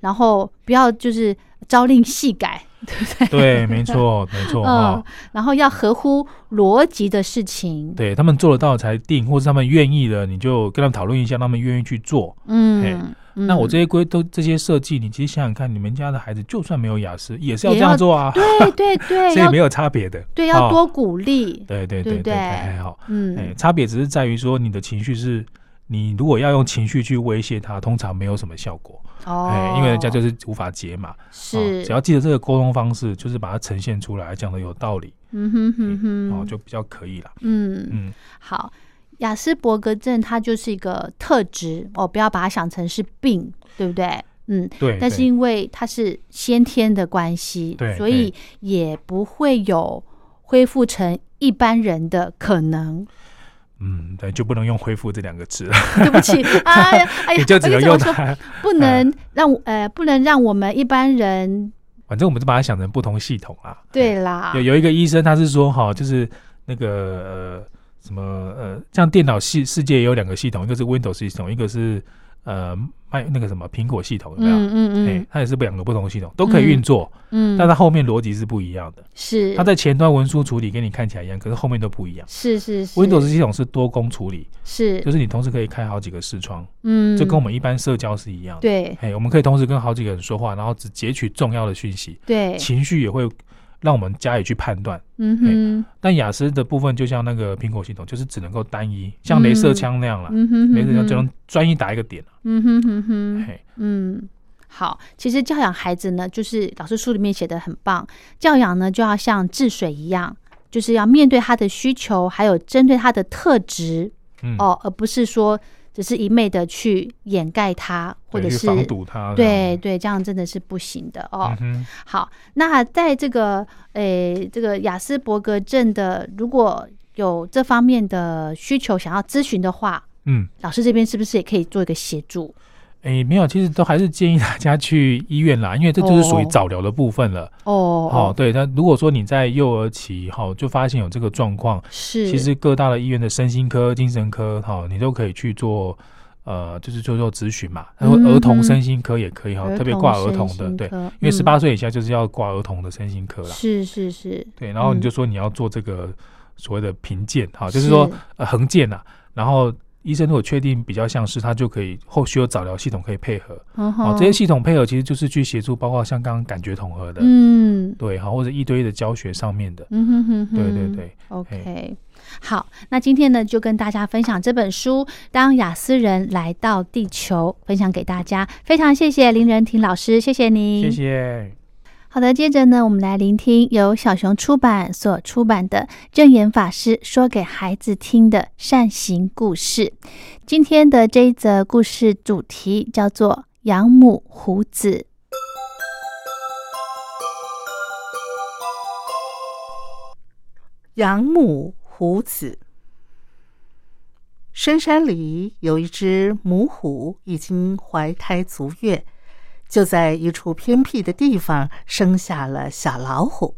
Speaker 2: 然后不要就是朝令夕改，对不对？
Speaker 3: 对，没错，没 错
Speaker 2: 嗯
Speaker 3: 哈。，
Speaker 2: 然后要合乎逻辑的事情，
Speaker 3: 对他们做得到才定，或是他们愿意了，你就跟他们讨论一下，他们愿意去做。
Speaker 2: 嗯，嗯
Speaker 3: 那我这些规都这些设计，你其实想想看，你们家的孩子就算没有雅思，也是要
Speaker 2: 也
Speaker 3: 这
Speaker 2: 要
Speaker 3: 样做啊，
Speaker 2: 对对对，
Speaker 3: 所以
Speaker 2: 要
Speaker 3: 没有差别的。
Speaker 2: 对要
Speaker 3: 哦
Speaker 2: 多鼓励，
Speaker 3: 对对
Speaker 2: 对
Speaker 3: 对
Speaker 2: 不对
Speaker 3: 对，还好。哎，
Speaker 2: 嗯，
Speaker 3: 差别只是在于说你的情绪是，你如果要用情绪去威胁他，通常没有什么效果。
Speaker 2: 哦
Speaker 3: 哎，，因为人家就是无法解码。
Speaker 2: 是
Speaker 3: 哦只要记得这个沟通方式，就是把它呈现出来，讲的有道理，
Speaker 2: 嗯哼哼
Speaker 3: 嗯，
Speaker 2: 哼，
Speaker 3: 哦，就比较可以了。
Speaker 2: 嗯。
Speaker 3: 嗯，
Speaker 2: 好，雅斯伯格症它就是一个特质哦，不要把它想成是病，对不对？嗯，
Speaker 3: 对。
Speaker 2: 但是
Speaker 3: 对
Speaker 2: 因为它是先天的关系
Speaker 3: 对，
Speaker 2: 所以也不会有恢复成一般人的可 能。
Speaker 3: 嗯，对，就不能用恢复这两个字了，
Speaker 2: 对不起，哎呀，哎呀，
Speaker 3: 你就只
Speaker 2: 我
Speaker 3: 能
Speaker 2: 怎么
Speaker 3: 用
Speaker 2: 说
Speaker 3: 它。嗯
Speaker 2: 不能让我呃，不能让我们一般人
Speaker 3: 反正我们就把它想成不同系统啦。
Speaker 2: 对啦
Speaker 3: 哎有，有一个医生，他是说哈，就是那个呃什么呃，像电脑系世界也有两个系统，一个是 Windows 系统，一个是呃麦那个什么苹果系统，有没有？
Speaker 2: 嗯嗯
Speaker 3: 哎
Speaker 2: 嗯，
Speaker 3: 它也是两个不同系统，都可以运作，
Speaker 2: 嗯，
Speaker 3: 但它后面逻辑是不一样的。
Speaker 2: 是
Speaker 3: 它在前端文书处理跟你看起来一样，可是后面都不一样。
Speaker 2: 是是是
Speaker 3: Windows 系统是多工处理，就是是你同时可以开好几个视窗，
Speaker 2: 嗯，
Speaker 3: 这跟我们一般社交是一样的。
Speaker 2: 对
Speaker 3: 哎，我们可以同时跟好几个人说话，然后只截取重要的讯息，
Speaker 2: 对，
Speaker 3: 情绪也会让我们加以去判断。
Speaker 2: 嗯哼，
Speaker 3: 但雅思的部分就像那个苹果系统，就是只能够单一，像镭射枪那样啦，
Speaker 2: 嗯哼哼哼，
Speaker 3: 镭射枪就能专一打一个点了。
Speaker 2: 嗯哼哼哼，
Speaker 3: 嘿，
Speaker 2: 嗯，好。其实教养孩子呢，就是老师书里面写的很棒，教养呢就要像治水一样，就是要面对他的需求，还有针对他的特质、
Speaker 3: 嗯，
Speaker 2: 哦，而不是说只是一昧的去掩盖他，或者
Speaker 3: 对，去
Speaker 2: 是
Speaker 3: 防堵它。
Speaker 2: 对对，这样真的是不行的
Speaker 3: 这
Speaker 2: 哦。
Speaker 3: 样，嗯哼，
Speaker 2: 好，那在这个诶，这个雅斯伯格症的，如果有这方面的需求想要咨询的话，
Speaker 3: 嗯，
Speaker 2: 老师这边是不是也可以做一个协助？
Speaker 3: 诶，没有，其实都还是建议大家去医院啦，因为这就是属于
Speaker 2: 哦
Speaker 3: 早疗的部分了。
Speaker 2: 哦，
Speaker 3: 哦，对，那如果说你在幼儿期哈、就发现有这个状况，
Speaker 2: 是，
Speaker 3: 其实各大的医院的身心科、精神科哈、你都可以去做。呃，就是做做咨询嘛，然后
Speaker 2: 嗯
Speaker 3: 儿童身心科也可以哈，
Speaker 2: 儿
Speaker 3: 特别
Speaker 2: 童
Speaker 3: 挂儿
Speaker 2: 身
Speaker 3: 童的，
Speaker 2: 心
Speaker 3: 对，
Speaker 2: 科
Speaker 3: 因为
Speaker 2: 嗯
Speaker 3: 十八岁以下就是要挂儿童的身心科啦。
Speaker 2: 是是是，
Speaker 3: 对，然后
Speaker 2: 嗯
Speaker 3: 你就说你要做这个所谓的评鉴，哈，就是说
Speaker 2: 是
Speaker 3: 呃横鉴呐、然后医生如果确定比较像是，他就可以后续有早疗系统可以配合，
Speaker 2: 嗯
Speaker 3: 哦，
Speaker 2: 哼
Speaker 3: 这些系统配合其实就是去协助，包括像刚刚感觉统合的，
Speaker 2: 嗯
Speaker 3: 对，好，或者一对一的教学上面的，
Speaker 2: 嗯哼哼哼，
Speaker 3: 对对对，
Speaker 2: ，OK。好，那今天呢就跟大家分享这本书《当雅思人来到地球》，分享给大家。非常谢谢林仁婷老师，谢谢您，
Speaker 3: 谢谢。
Speaker 2: 好的，接着呢，我们来聆听由小熊出版所出版的《正言法师说给孩子听的善行故事》。今天的这一则故事主题叫做“养母虎子
Speaker 4: 养母虎子。深山里有一只母虎，已经怀胎足月，就在一处偏僻的地方生下了小老虎。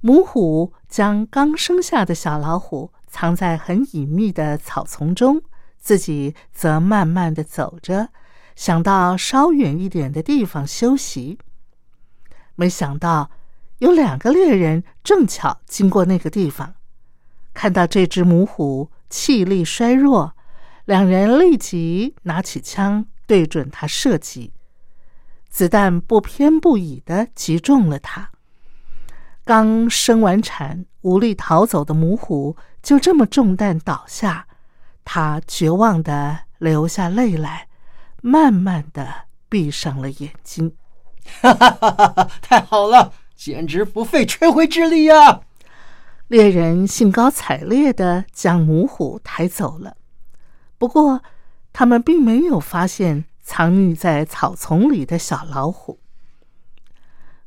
Speaker 4: 母虎将刚生下的小老虎藏在很隐秘的草丛中，自己则慢慢的走着，想到稍远一点的地方休息。没想到有两个猎人正巧经过那个地方，看到这只母虎气力衰弱，两人立即拿起枪对准它射击，子弹不偏不倚的击中了它。刚生完产、无力逃走的母虎就这么中弹倒下，它绝望的流下泪来，慢慢的闭上了眼睛。
Speaker 5: 哈哈哈哈哈！太好了，简直不费吹灰之力呀、
Speaker 4: 猎人兴高采烈地将母虎抬走了。不过，他们并没有发现藏匿在草丛里的小老虎。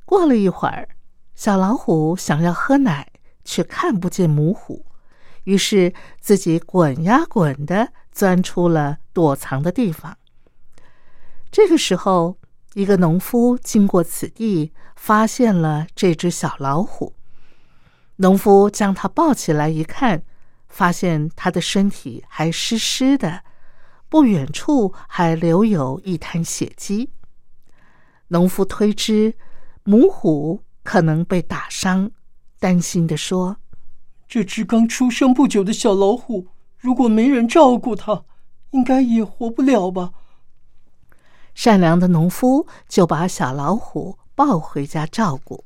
Speaker 4: 过了一会儿，小老虎想要喝奶，却看不见母虎，于是自己滚呀滚的钻出了躲藏的地方。这个时候，一个农夫经过此地，发现了这只小老虎。农夫将它抱起来一看，发现它的身体还湿湿的，不远处还留有一滩血迹。农夫推知母虎可能被打伤，担心地说
Speaker 5: 这只刚出生不久的小老虎，如果没人照顾它，应该也活不了吧？：“
Speaker 4: 善良的农夫就把小老虎抱回家照顾。”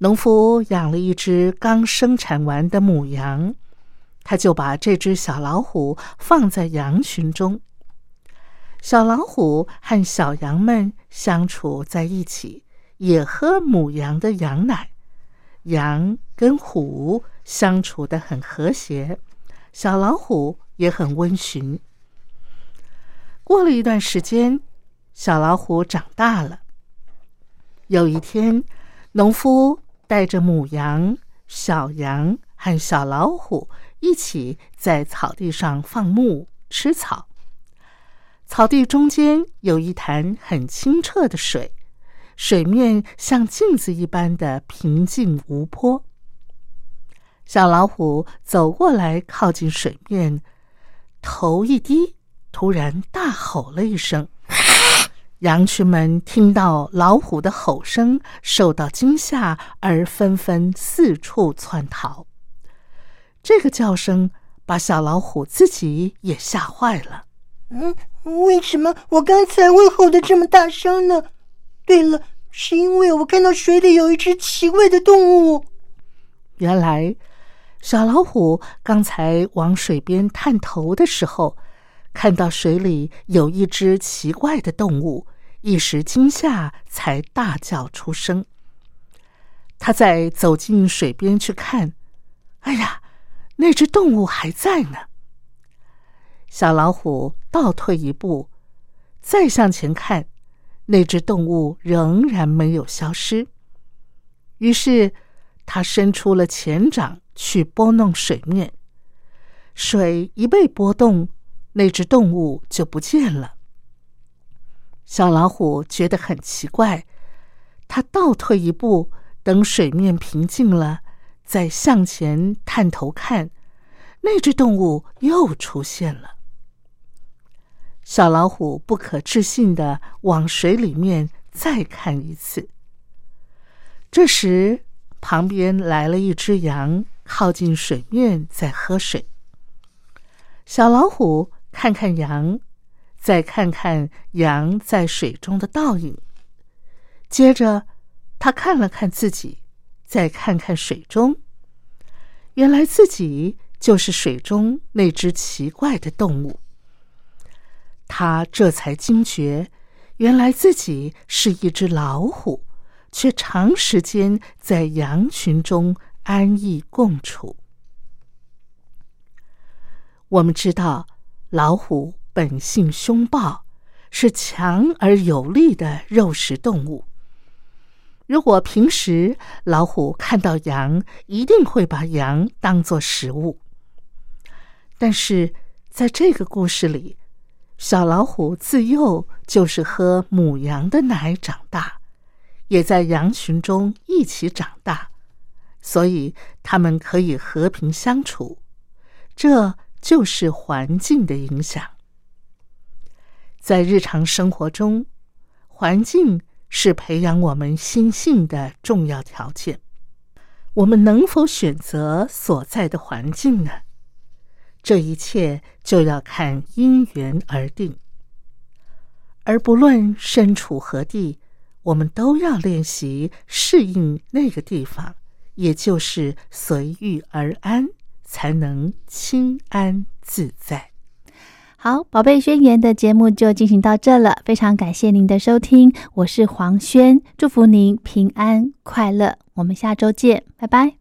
Speaker 4: 农夫养了一只刚生产完的母羊，他就把这只小老虎放在羊群中。小老虎和小羊们相处在一起，也喝母羊的羊奶。羊跟虎相处得很和谐，小老虎也很温驯。过了一段时间，小老虎长大了。有一天，农夫带着母羊、小羊和小老虎一起在草地上放牧吃草。草地中间有一潭很清澈的水，水面像镜子一般的平静无波。小老虎走过来，靠近水面，头一低，突然大吼了一声。 羊群们听到老虎的吼声，受到惊吓而纷纷四处窜逃。这个叫声把小老虎自己也吓坏了。
Speaker 6: 嗯，为什么我刚才会吼得这么大声呢？对了，是因为我看到水里有一只奇怪的动物。
Speaker 4: 原来，小老虎刚才往水边探头的时候，看到水里有一只奇怪的动物，一时惊吓才大叫出声。它再走进水边去看，哎呀，那只动物还在呢。小老虎倒退一步，再向前看，那只动物仍然没有消失。于是他伸出了前掌去拨弄水面，水一被波动，那只动物就不见了。小老虎觉得很奇怪，它倒退一步，等水面平静了，再向前探头看，那只动物又出现了。小老虎不可置信的往水里面再看一次，这时，旁边来了一只羊，靠近水面在喝水。小老虎看看羊，再看看羊在水中的倒影，接着他看了看自己，再看看水中，原来自己就是水中那只奇怪的动物。他这才惊觉，原来自己是一只老虎。却长时间在羊群中安逸共处。我们知道，老虎本性凶暴，是强而有力的肉食动物。如果平时老虎看到羊，一定会把羊当作食物。但是在这个故事里，小老虎自幼就是喝母羊的奶长大。也在羊群中一起长大，所以它们可以和平相处。这就是环境的影响。在日常生活中，环境是培养我们心性的重要条件。我们能否选择所在的环境呢？这一切就要看因缘而定。而不论身处何地，我们都要练习适应那个地方，也就是随遇而安，才能心安自在。
Speaker 2: 好，宝贝宣言的节目就进行到这了，非常感谢您的收听，我是黄轩，祝福您平安快乐，我们下周见，拜拜。